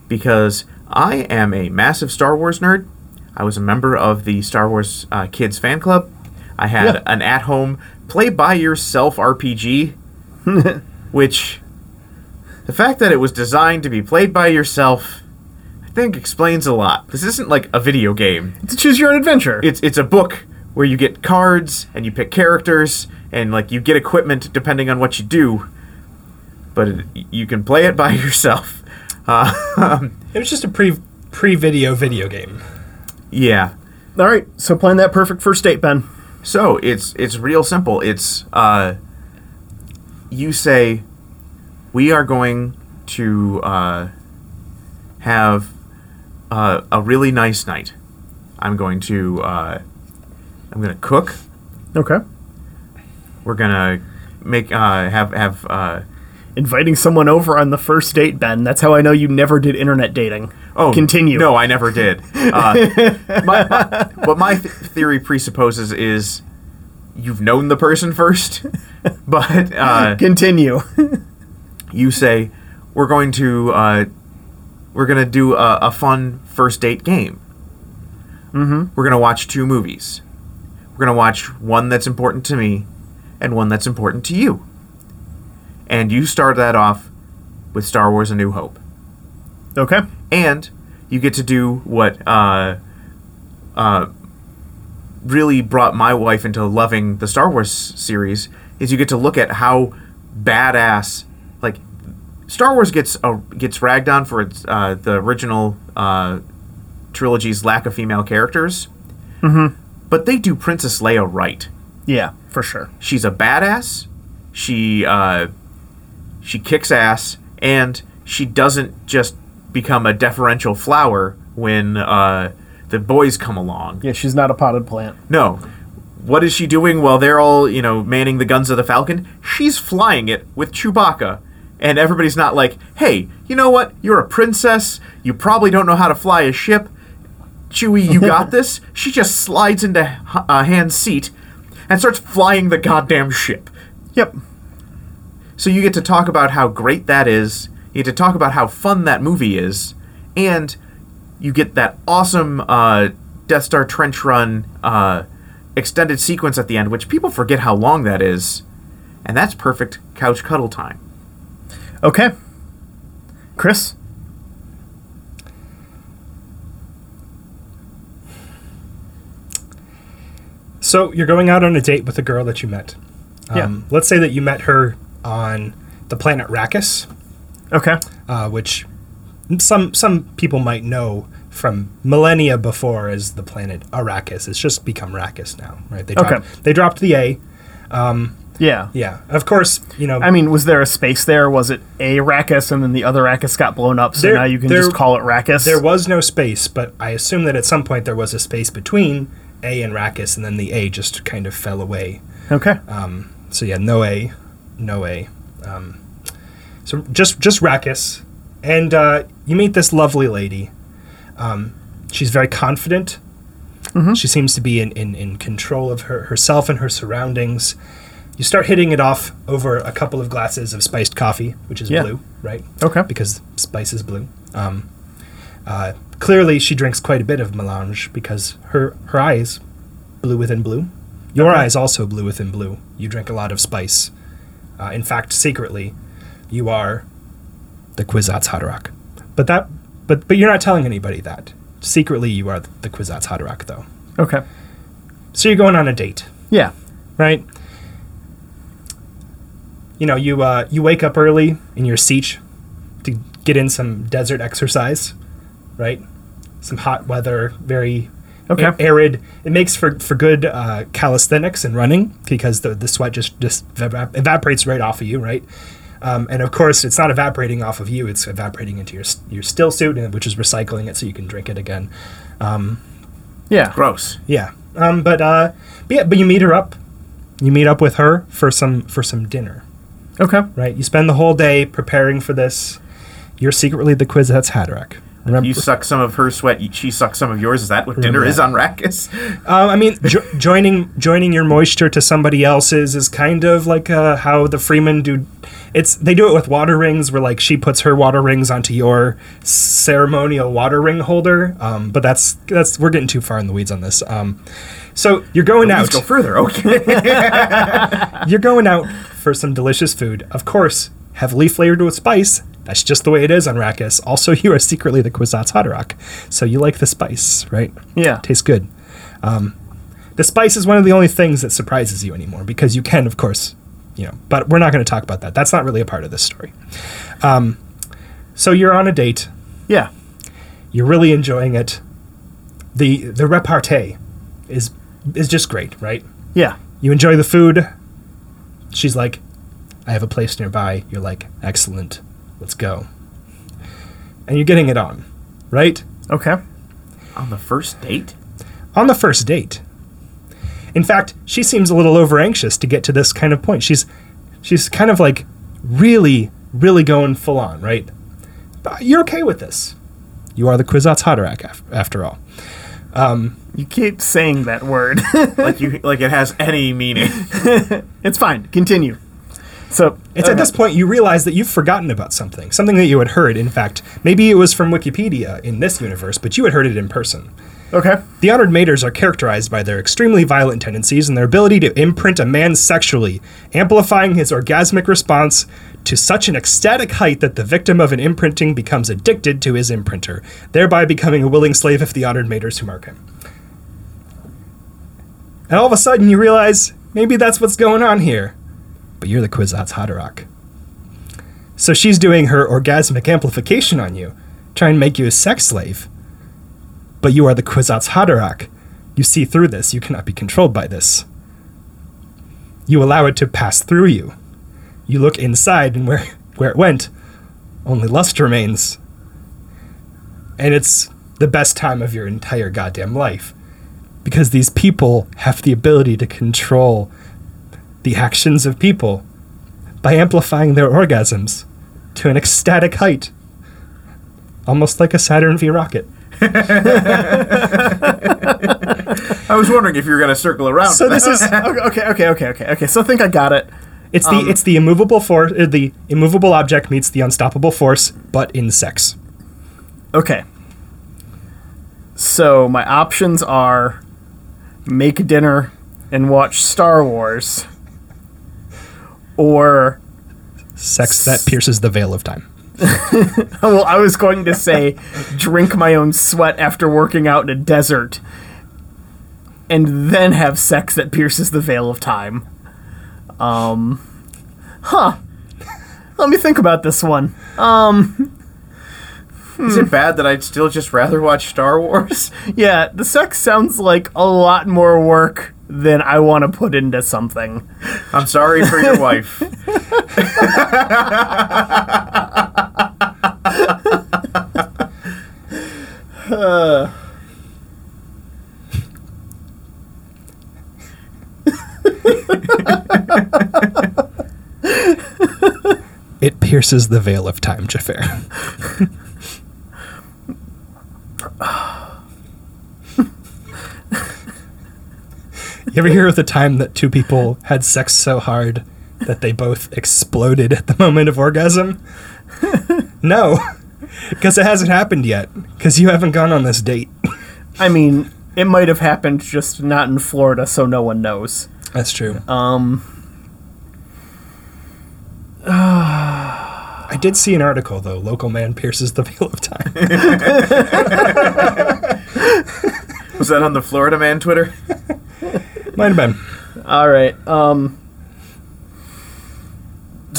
because I am a massive Star Wars nerd. I was a member of the Star Wars uh, Kids fan club. I had Yeah. an at-home play-by-yourself RPG, which the fact that it was designed to be played by yourself, I think, explains a lot. This isn't like a video game It's a choose your own adventure. it's it's a book where you get cards and you pick characters and like you get equipment depending on what you do, but it, you can play it by [laughs] yourself. Uh, it was just a pre pre video video game. yeah. All right, so plan that perfect first date, Ben. So it's it's real simple. It's uh, you say we are going to uh, have uh, a really nice night. I'm going to uh, I'm going to cook. Okay. We're gonna make uh, have have. Uh, Inviting someone over on the first date, Ben. That's how I know you never did internet dating. Oh, continue. No, I never did. Uh, my, my- what my th- theory presupposes is you've known the person first, but uh, Continue. you say we're going to uh, we're going to do a, a fun first date game. Mm-hmm. We're going to watch two movies. We're going to watch one that's important to me, and one that's important to you. And you start that off with Star Wars: A New Hope okay. and you get to do what uh, uh, really brought my wife into loving the Star Wars series is you get to look at how badass like Star Wars gets uh, gets ragged on for its uh, the original uh, trilogy's lack of female characters, mm-hmm. but they do Princess Leia right Yeah, for sure. she's a badass. She uh, she kicks ass, and she doesn't just become a deferential flower when uh, the boys come along. Yeah, she's not a potted plant. No, what is she doing while they're all you know manning the guns of the Falcon? She's flying it with Chewbacca. And everybody's not like, hey, you know what? You're a princess. You probably don't know how to fly a ship. Chewie, you got this? She just slides into H- uh, Han's seat and starts flying the goddamn ship. Yep. So you get to talk about how great that is. You get to talk about how fun that movie is, and you get that awesome uh, Death Star trench run uh, extended sequence at the end, which people forget how long that is, and that's perfect couch cuddle time. Okay. Chris? So you're going out on a date with a girl that you met. Um, Yeah. Let's say that you met her on the planet Rakkus, Okay. uh, which some some people might know from millennia before as the planet Arrakis. It's just become Rakkus now, right? They dropped, Okay. they dropped the A. Yeah. Yeah, of course. You know, I mean, was there a space there? Was it a Rackus and then the other Rackus got blown up, so There- now you can there- just call it Rackus? there was no space, but I assume that at some point there was a space between A and Rakkus, and then the A just kind of fell away. okay. So yeah, no A, no A. Um, so just just Rakkus, and uh, you meet this lovely lady. Um, she's very confident. She seems to be in, in, in control of her, herself and her surroundings. You start hitting it off over a couple of glasses of spiced coffee, which is Yeah. blue, right? Okay. Because spice is blue. Um, uh, clearly, she drinks quite a bit of melange because her, her eyes blue within blue. Your eyes also blue within blue. You drink a lot of spice. Uh, in fact, secretly, you are the Kwisatz Haderach. But that, but but you're not telling anybody that. Secretly, you are the Kwisatz Haderach, though. okay. So you're going on a date, Yeah. right? you know, you uh, you wake up early in your seat to get in some desert exercise, right? Some hot weather, very Okay. a- arid. It makes for for good uh, calisthenics and running because the the sweat just just evap- evaporates right off of you, right? Um, and of course, it's not evaporating off of you; it's evaporating into your s- your still suit, and- which is recycling it so you can drink it again. Yeah. Gross. Yeah. Um, but uh, but yeah, but you meet her up. You meet up with her for some for some dinner, Okay. right? You spend the whole day preparing for this. You're secretly the quiz that's Haderach. Remember? You suck some of her sweat. you- She sucks some of yours. Is that what dinner is on Rackus? Um, I mean, jo- joining joining your moisture to somebody else's is kind of like uh, how the Freemen do. It's they do it with water rings, where like she puts her water rings onto your ceremonial water ring holder. Um, but that's that's we're getting too far in the weeds on this. Um, so you're going Let's out. go further. Okay. You're going out for some delicious food, of course, heavily flavored with spice. That's just the way it is on Rackus. Also, [laughs] you are secretly the Kwisatz Haderach, so you like the spice, right? Yeah. Tastes good. Um, the spice is one of the only things that surprises you anymore because you can, of course, you know, but we're not going to talk about that. That's not really a part of this story. Um, so you're on a date, Yeah. you're really enjoying it. The, the repartee is, is just great, right? Yeah. You enjoy the food. She's like, I have a place nearby. You're like, excellent. Let's go. And you're getting it on, right? Okay. on the first date? On the first date. In fact, she seems a little over anxious to get to this kind of point. She's she's kind of like really, really going full on, right? But you're okay with this. You are the Kwisatz Haderach af- after all. You keep saying that word. [laughs] Like you? Like it has any meaning? it's fine. Continue. So It's at this point you realize that you've forgotten about something, something that you had heard. In fact, maybe it was from Wikipedia in this universe, but you had heard it in person. okay. The honored maiders are characterized by their extremely violent tendencies and their ability to imprint a man sexually, amplifying his orgasmic response to such an ecstatic height that the victim of an imprinting becomes addicted to his imprinter, thereby becoming a willing slave of the honored maiders who mark him. And all of a sudden, you realize maybe that's what's going on here. But you're the Kwisatz Haderach. So she's doing her orgasmic amplification on you, trying to make you a sex slave. But you are the Kwisatz Haderach. You see through this. You cannot be controlled by this. You allow it to pass through you. You look inside, and where, [laughs] where it went, only lust remains. And it's the best time of your entire goddamn life because these people have the ability to control the actions of people by amplifying their orgasms to an ecstatic height, almost like a Saturn V rocket. I was wondering if you were gonna circle around. So this is okay, okay, okay, okay, okay, okay. So I think I got it. it's the it's the immovable force uh, the immovable object meets the unstoppable force, but in sex. Okay. So my options are make dinner and watch Star Wars or [laughs] Sex that pierces the veil of time. well I was going to say drink my own sweat after working out in a desert and then have sex that pierces the veil of time. Um Huh. Let me think about this one. is it bad that I'd still just rather watch Star Wars? Yeah, the sex sounds like a lot more work than I want to put into something. I'm sorry for your wife. It pierces the veil of time, Jafar. you ever hear of the time that two people had sex so hard that they both exploded at the moment of orgasm? No, because it hasn't happened yet, because you haven't gone on this date. I mean, it might have happened just not in Florida, so no one knows. That's true. Um, [sighs] I did see an article, though. Local man pierces the veil of time. [laughs] Was that on the Florida Man Twitter? Might have been. all right. Um, [sighs]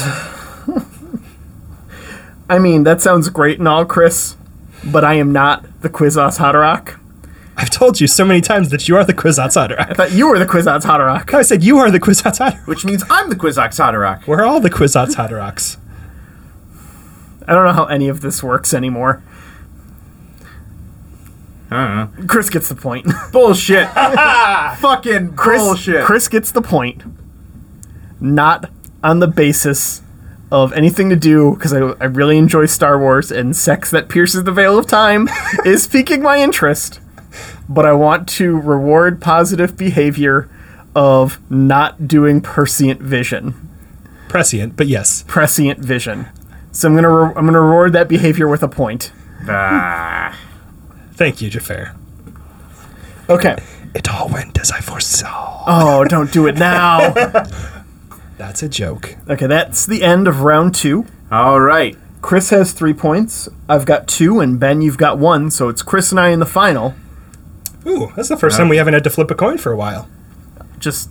I mean, that sounds great and all, Chris, but I am not the Quizos Hodorok. I've told you so many times that you are the quiz outsider. [laughs] I thought you were the Quizos Hodorok. I said you are the quiz outsider. Which means I'm the Quizox Hodorok. We're all the quiz outsiders. I don't know how any of this works anymore. I don't know. Chris gets the point. [laughs] Bullshit. Fucking Chris, bullshit. Chris gets the point. Not on the basis of anything to do, because I, I really enjoy Star Wars and sex that pierces the veil of time is piquing my interest. But I want to reward positive behavior of not doing prescient vision. Prescient, but yes. Prescient vision. So I'm gonna re- I'm gonna reward that behavior with a point. Ah. Thank you, Jafar. Okay. It all went as I foresaw. Oh, don't do it now. That's a joke. okay, that's the end of round two. All right. Chris has three points. I've got two, and Ben, you've got one. So it's Chris and I in the final. Ooh, that's the first time we haven't had to flip a coin for a while. Just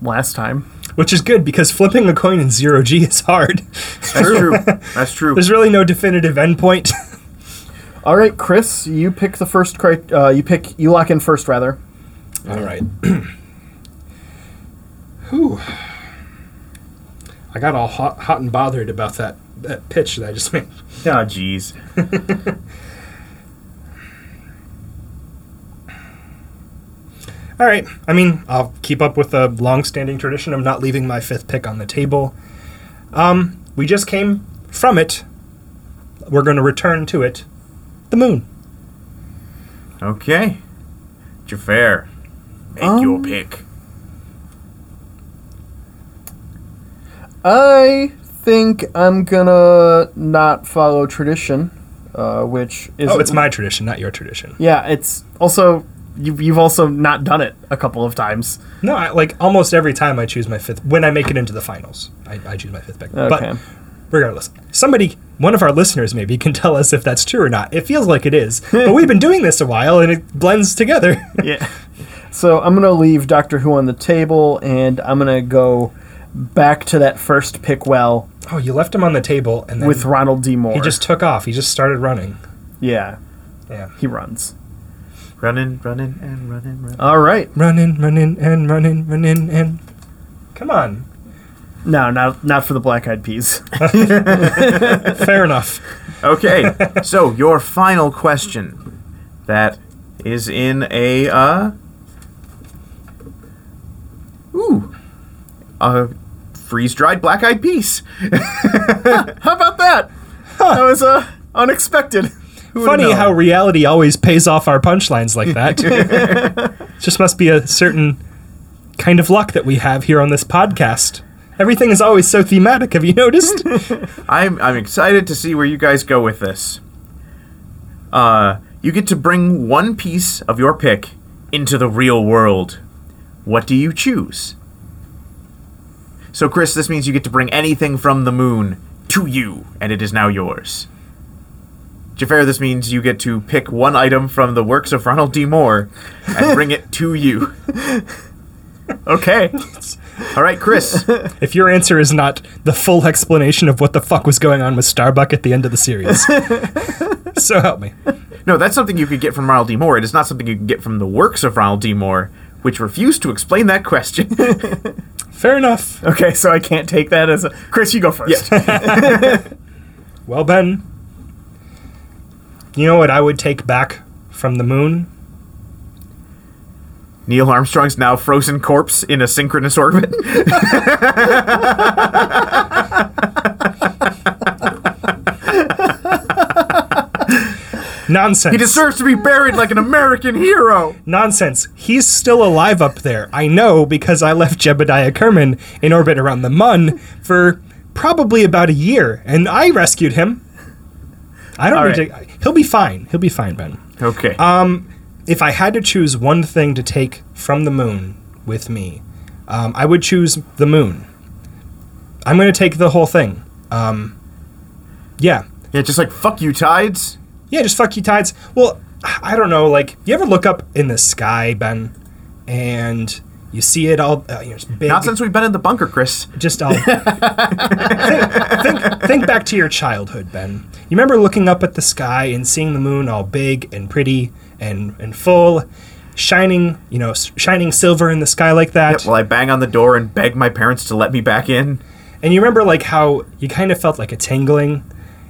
last time. Which is good because flipping a coin in zero G is hard. [laughs] That's true. That's true. There's really no definitive endpoint. [laughs] All right, Chris, you pick the first. Cri- uh, you pick. You lock in first, rather. All right. [clears throat] Whew. I got all hot, hot and bothered about that, that pitch that I just [laughs] made. Oh, jeez. All right. I mean, I'll keep up with the long-standing tradition of not leaving my fifth pick on the table. Um, we just came from it. We're going to return to it. The moon. Okay. Jafar, make Um, your pick. I think I'm gonna not follow tradition, uh, which is Oh, it's my tradition, not your tradition. yeah. It's also you, you've also not done it a couple [laughs] of times. No, I, like almost every time I choose my fifth. When I make it into the finals, I, I choose my fifth pick. Okay. But regardless, somebody, one of our listeners maybe, [laughs] can tell us if that's true or not. It feels like it [laughs] is, but we've been doing this a while and it blends together. [laughs] yeah. So I'm gonna leave Doctor Who on the table, and I'm gonna go back to that first pick well oh, you left him on the table and then with Ronald D. Moore. he just took off. He just started running. yeah, Yeah. he runs. Running, running, and running, running. All right. Running, running, and running, running, and. Come on. No, not not for the Black Eyed Peas. [laughs] Fair [laughs] enough. Okay. so, your final question that is in a, uh. Ooh. A freeze dried black eyed piece. [laughs] How about that? That was uh, unexpected. Who would've Funny known? how reality always pays off our punchlines like that. [laughs] Just must be a certain kind of luck that we have here on this podcast. Everything is always so thematic. Have you [laughs] noticed? I'm I'm excited to see where you guys go with this. Uh, you get to bring one piece of your pick into the real world. What do you choose? So, Chris, this means you get to bring anything from the moon to you, and it is now yours. Jafar, this means you get to pick one item from the works of Ronald D. Moore and bring it to you. Okay. All right, Chris. if your answer is not the full explanation of what the fuck was going on with Starbuck at the end of the [laughs] series, so help me. No, that's something you could get from Ronald D. Moore. It is not something you can get from the works of Ronald D. Moore, which refused to explain that question. [laughs] Fair enough. Okay, so I can't take that as a Chris. You go first. [laughs] Well, Ben, you know what I would take back from the moon? Neil Armstrong's now frozen corpse in a synchronous orbit. [laughs] Nonsense. he deserves to be buried like an American hero. Nonsense. He's still alive up there. I know because I left Jebediah Kerman in orbit around the Mun for probably about a year, and I rescued him. I don't All need to. He'll be fine. He'll be fine, Ben. Okay. Uh, If I had to choose one thing to take from the moon with me, um, I would choose the moon. I'm going to take the whole thing. Um, yeah. yeah, just like fuck you, tides. Yeah, just fuck you tides. Well, I don't know. Like, you ever look up in the sky, Ben, and You see it all. Uh, you know, it's big. Not since we've been in the bunker, Chris. just all. think, think, think back to your childhood, Ben. You remember looking up at the sky and seeing the moon all big and pretty and and full, shining. You know, s- shining silver in the sky like that. Yep, Well, I bang on the door and beg my parents to let me back in. And you remember like how you kind of felt like a tingling,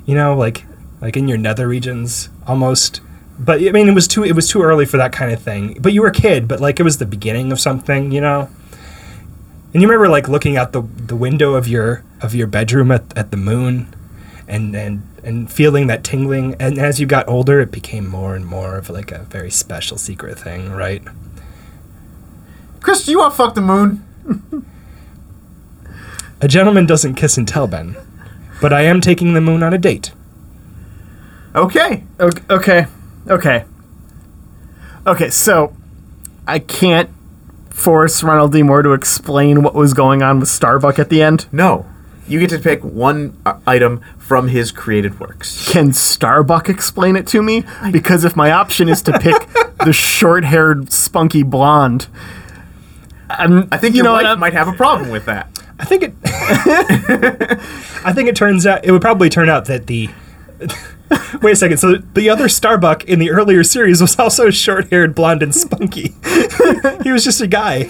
you know, like like in your nether regions almost. But I mean, it was too it was too early for that kind of thing. But you were a kid, but like it was the beginning of something, you know. And you remember like looking out the the window of your of your bedroom at, at the moon, and and and feeling that tingling. And as you got older, it became more and more of like a very special secret thing, right? Chris, do you want to fuck the moon? A gentleman doesn't kiss and tell, Ben. But I am taking the moon on a date. Okay. Okay, okay, okay. Okay, so I can't force Ronald D. Moore to explain what was going on with Starbuck at the end. No. You get to pick one uh, item from his created works. Can Starbuck explain it to me? Because if my option is to [laughs] pick the short-haired, spunky blonde, I'm, I think you your know what, um, wife I'm- might have a problem with that. I think it. [laughs] I think it turns out it would probably turn out that the. [laughs] Wait a second. So the other Starbuck in the earlier series was also short-haired, blonde, and spunky. [laughs] he was just a guy.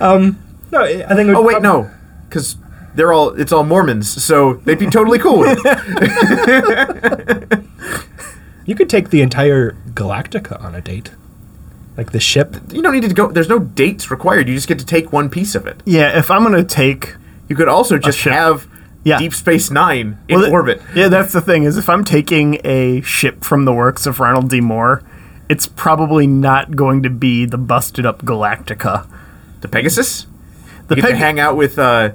um, no, I I think. It would Oh Um, wait, no, because they're all it's all Mormons, so they'd be totally cool. With [laughs] it. You could take the entire Galactica on a date, like the ship. You don't need to go. There's no dates required. You just get to take one piece of it. yeah, if I'm gonna take You could also just ship. have Oh, Yeah. Deep Space Nine in Well, th- orbit. Yeah, that's the thing is if I'm taking a ship from the works of Ronald D. Moore, it's probably not going to be the busted up Galactica. The Pegasus. The You get to Peg- hang out with uh,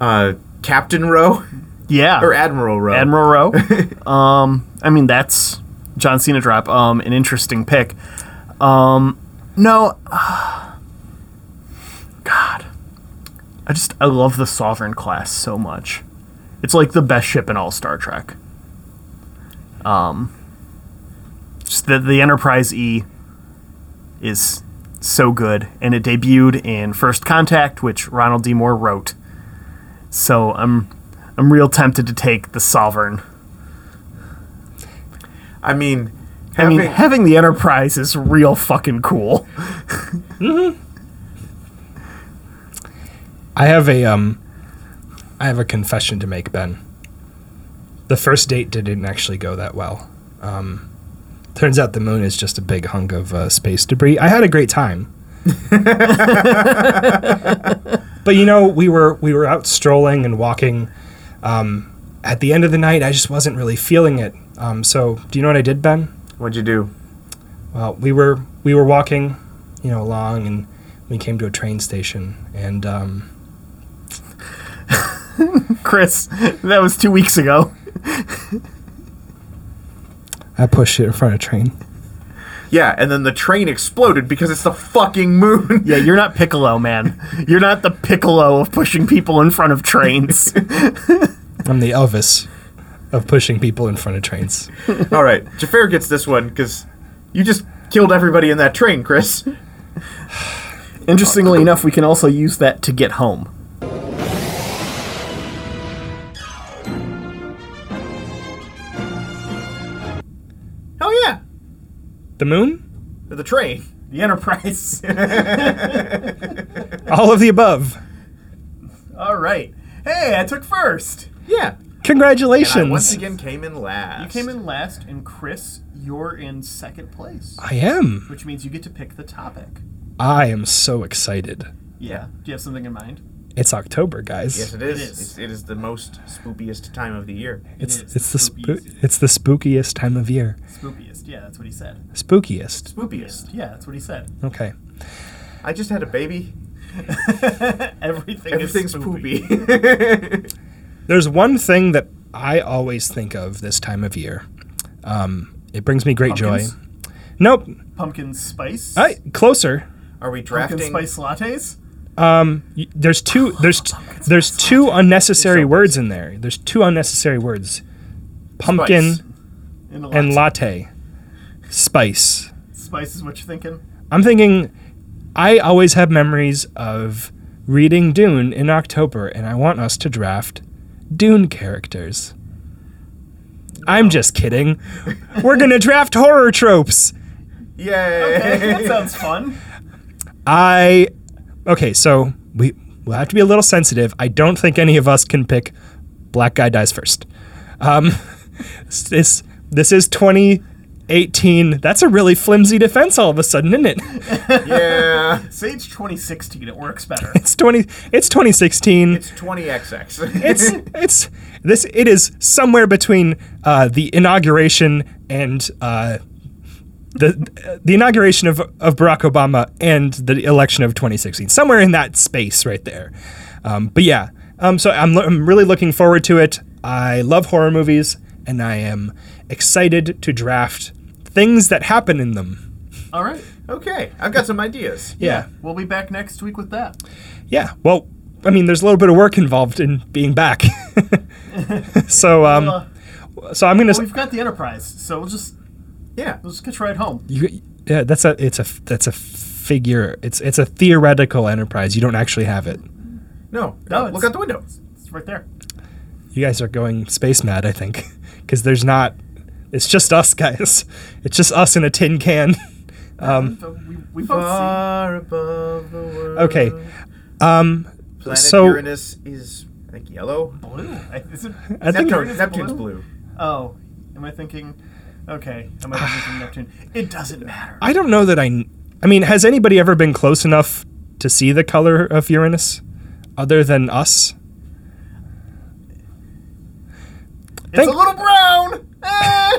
uh, Captain Rowe [laughs] yeah, or Admiral Rowe. Admiral Rowe. um, I mean that's John Cena drop. Um, an interesting pick. Um, no, [sighs] God, I just I love the Sovereign class so much. It's like the best ship in all Star Trek. Um, just the the Enterprise E is so good, and it debuted in First Contact, which Ronald D. Moore wrote. So I'm I'm real tempted to take the Sovereign. I mean, I having, mean, having the Enterprise is real fucking cool. [laughs] I have a um, I have a confession to make, Ben. The first date didn't actually go that well. Um, turns out the moon is just a big hunk of uh, space debris. I had a great time, but you know, we were we were out strolling and walking. Um, at the end of the night, I just wasn't really feeling it. Um, so, do you know what I did, Ben? what'd you do? Well, we were we were walking, you know, along, and we came to a train station, and. Um, Chris, that was two weeks ago. I pushed it in front of a train. Yeah, and then the train exploded because it's the fucking moon. [laughs] Yeah, you're not Piccolo, man. You're not the Piccolo of pushing people in front of trains. I'm the Elvis of pushing people in front of trains. All right, Jafar gets this one because you just killed everybody in that train, [laughs] Chris. [laughs] Interestingly enough, we can also use that to get home. Hell yeah, The moon? the train. The Enterprise. [laughs] All of the above. All right. Hey, I took first. Yeah. And I once Congratulations. again came in last. You came in last, and Chris, you're in second place, I am. which means you get to pick the topic. I am so excited. Yeah. Do you have something in mind? It's October, guys. Yes, it is. It is. It's, it is the most spookiest time of the year. it's is. it's the Spookiest. spoo- it's the spookiest time of year. Spookiest. Yeah, that's what he said. Spookiest. Spookiest. Yeah, that's what he said. [laughs] Okay. I just had a baby. Everything Everything's poopy. [laughs] There's one thing that I always think of this time of year. Um, it brings me great joy. Pumpkins? Nope. Pumpkin spice. I closer. Are we Pumpkin drafting? spice lattes. Um, Y- there's two there's t- there's two unnecessary words in there. There's two unnecessary words. Pumpkin Spice. In a and latte. Spice. Spice is what you're thinking. I'm thinking I always have memories of reading Dune in October, and I want us to draft Dune characters. I'm just kidding. We're gonna draft horror tropes. Yay! [laughs] that sounds fun. I okay, so we we'll have to be a little sensitive. I don't think any of us can pick black guy dies first. Um, [laughs] this this is 2018. That's a really flimsy defense all of a sudden, isn't it? [laughs] Yeah. Sage 2016, it works better. It's 20 it's 2016. It's 20XX. It's it's this it is somewhere between uh, the inauguration and uh, the the inauguration of, of Barack Obama and the election of 2016, somewhere in that space right there. Um, but yeah, um, so I'm, lo- I'm really looking forward to it. I love horror movies, and I am excited to draft things that happen in them. [laughs] All right. [laughs] okay, I've got some ideas. Yeah, We'll be back next week with that. yeah. Well, I mean, there's a little bit of work involved in being back. [laughs] so, Uh, um, so I'm gonna. we've got the Enterprise, so we'll just Yeah. we'll just get right home. You, yeah, that's a it's a that's a figure. It's it's a theoretical enterprise. You don't actually have it. No. uh, No, look it's- out the window. It's right there. You guys are going space mad, I think, [laughs] because there's not. It's just us [laughs] guys. It's just us in a tin can. [laughs] we, we both see. Far above the world. Okay, Planet So- Uranus is I think yellow. Blue. I- Is it, I think Neptune- Uranus Neptune's blue? blue. oh, am I thinking? Okay, am I thinking Neptune? It doesn't matter. I don't know that I. kn- I mean, has anybody ever been close enough to see the color of Uranus, other than us? It's Thank- a little brown. Eh.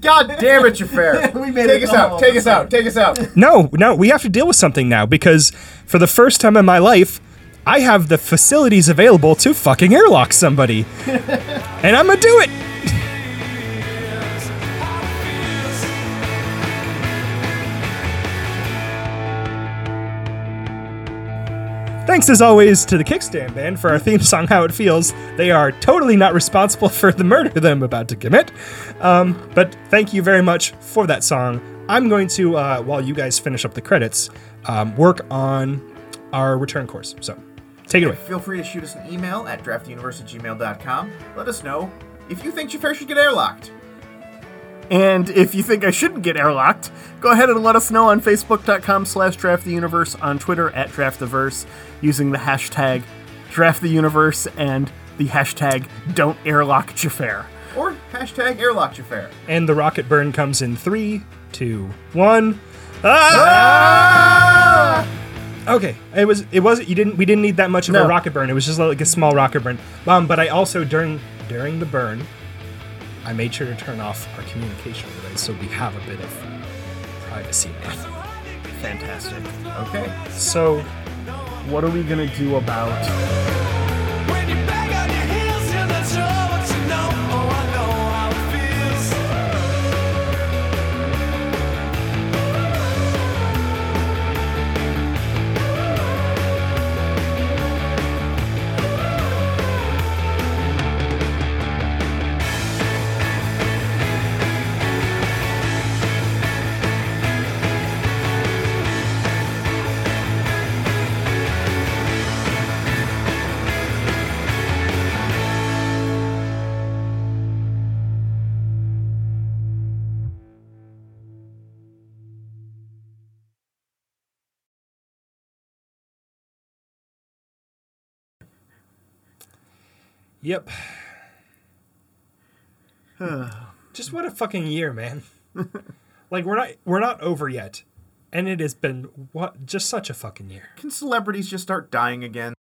God damn it, you're fair. We made take it Oh. us out. all Take the us out. Take us out. [laughs] No, no, we have to deal with something now because for the first time in my life, I have the facilities available to fucking airlock somebody. and I'm gonna do it! Thanks as always to the Kickstand Band for our theme song, How It Feels. They are totally not responsible for the murder that I'm about to commit. Um, but thank you very much for that song. I'm going to, uh, while you guys finish up the credits, um, work on our return course. So take it away. Feel free to shoot us an email at draftuniverse@gmail.com. Let us know if you think Jafar should get airlocked. And if you think I shouldn't get airlocked, go ahead and let us know on facebook.com slash drafttheuniverse, on Twitter at drafttheverse, using the hashtag drafttheuniverse and the hashtag don't airlock Jafar. Or hashtag airlock Jafar. And the rocket burn comes in three, two, one. Ah! Okay, it was it was you didn't we didn't need that much of a No. rocket burn. It was just like a small rocket burn. Um, but I also during during the burn, I made sure to turn off our communication relays so we have a bit of privacy. Fantastic. Okay. So What are we going to do about... When you back on your heels, you're not sure what you know. Oh, I know how it feels. Yep. Just what a fucking year, man. [laughs] like we're not we're not over yet. And it has been what just such a fucking year. Can celebrities just start dying again?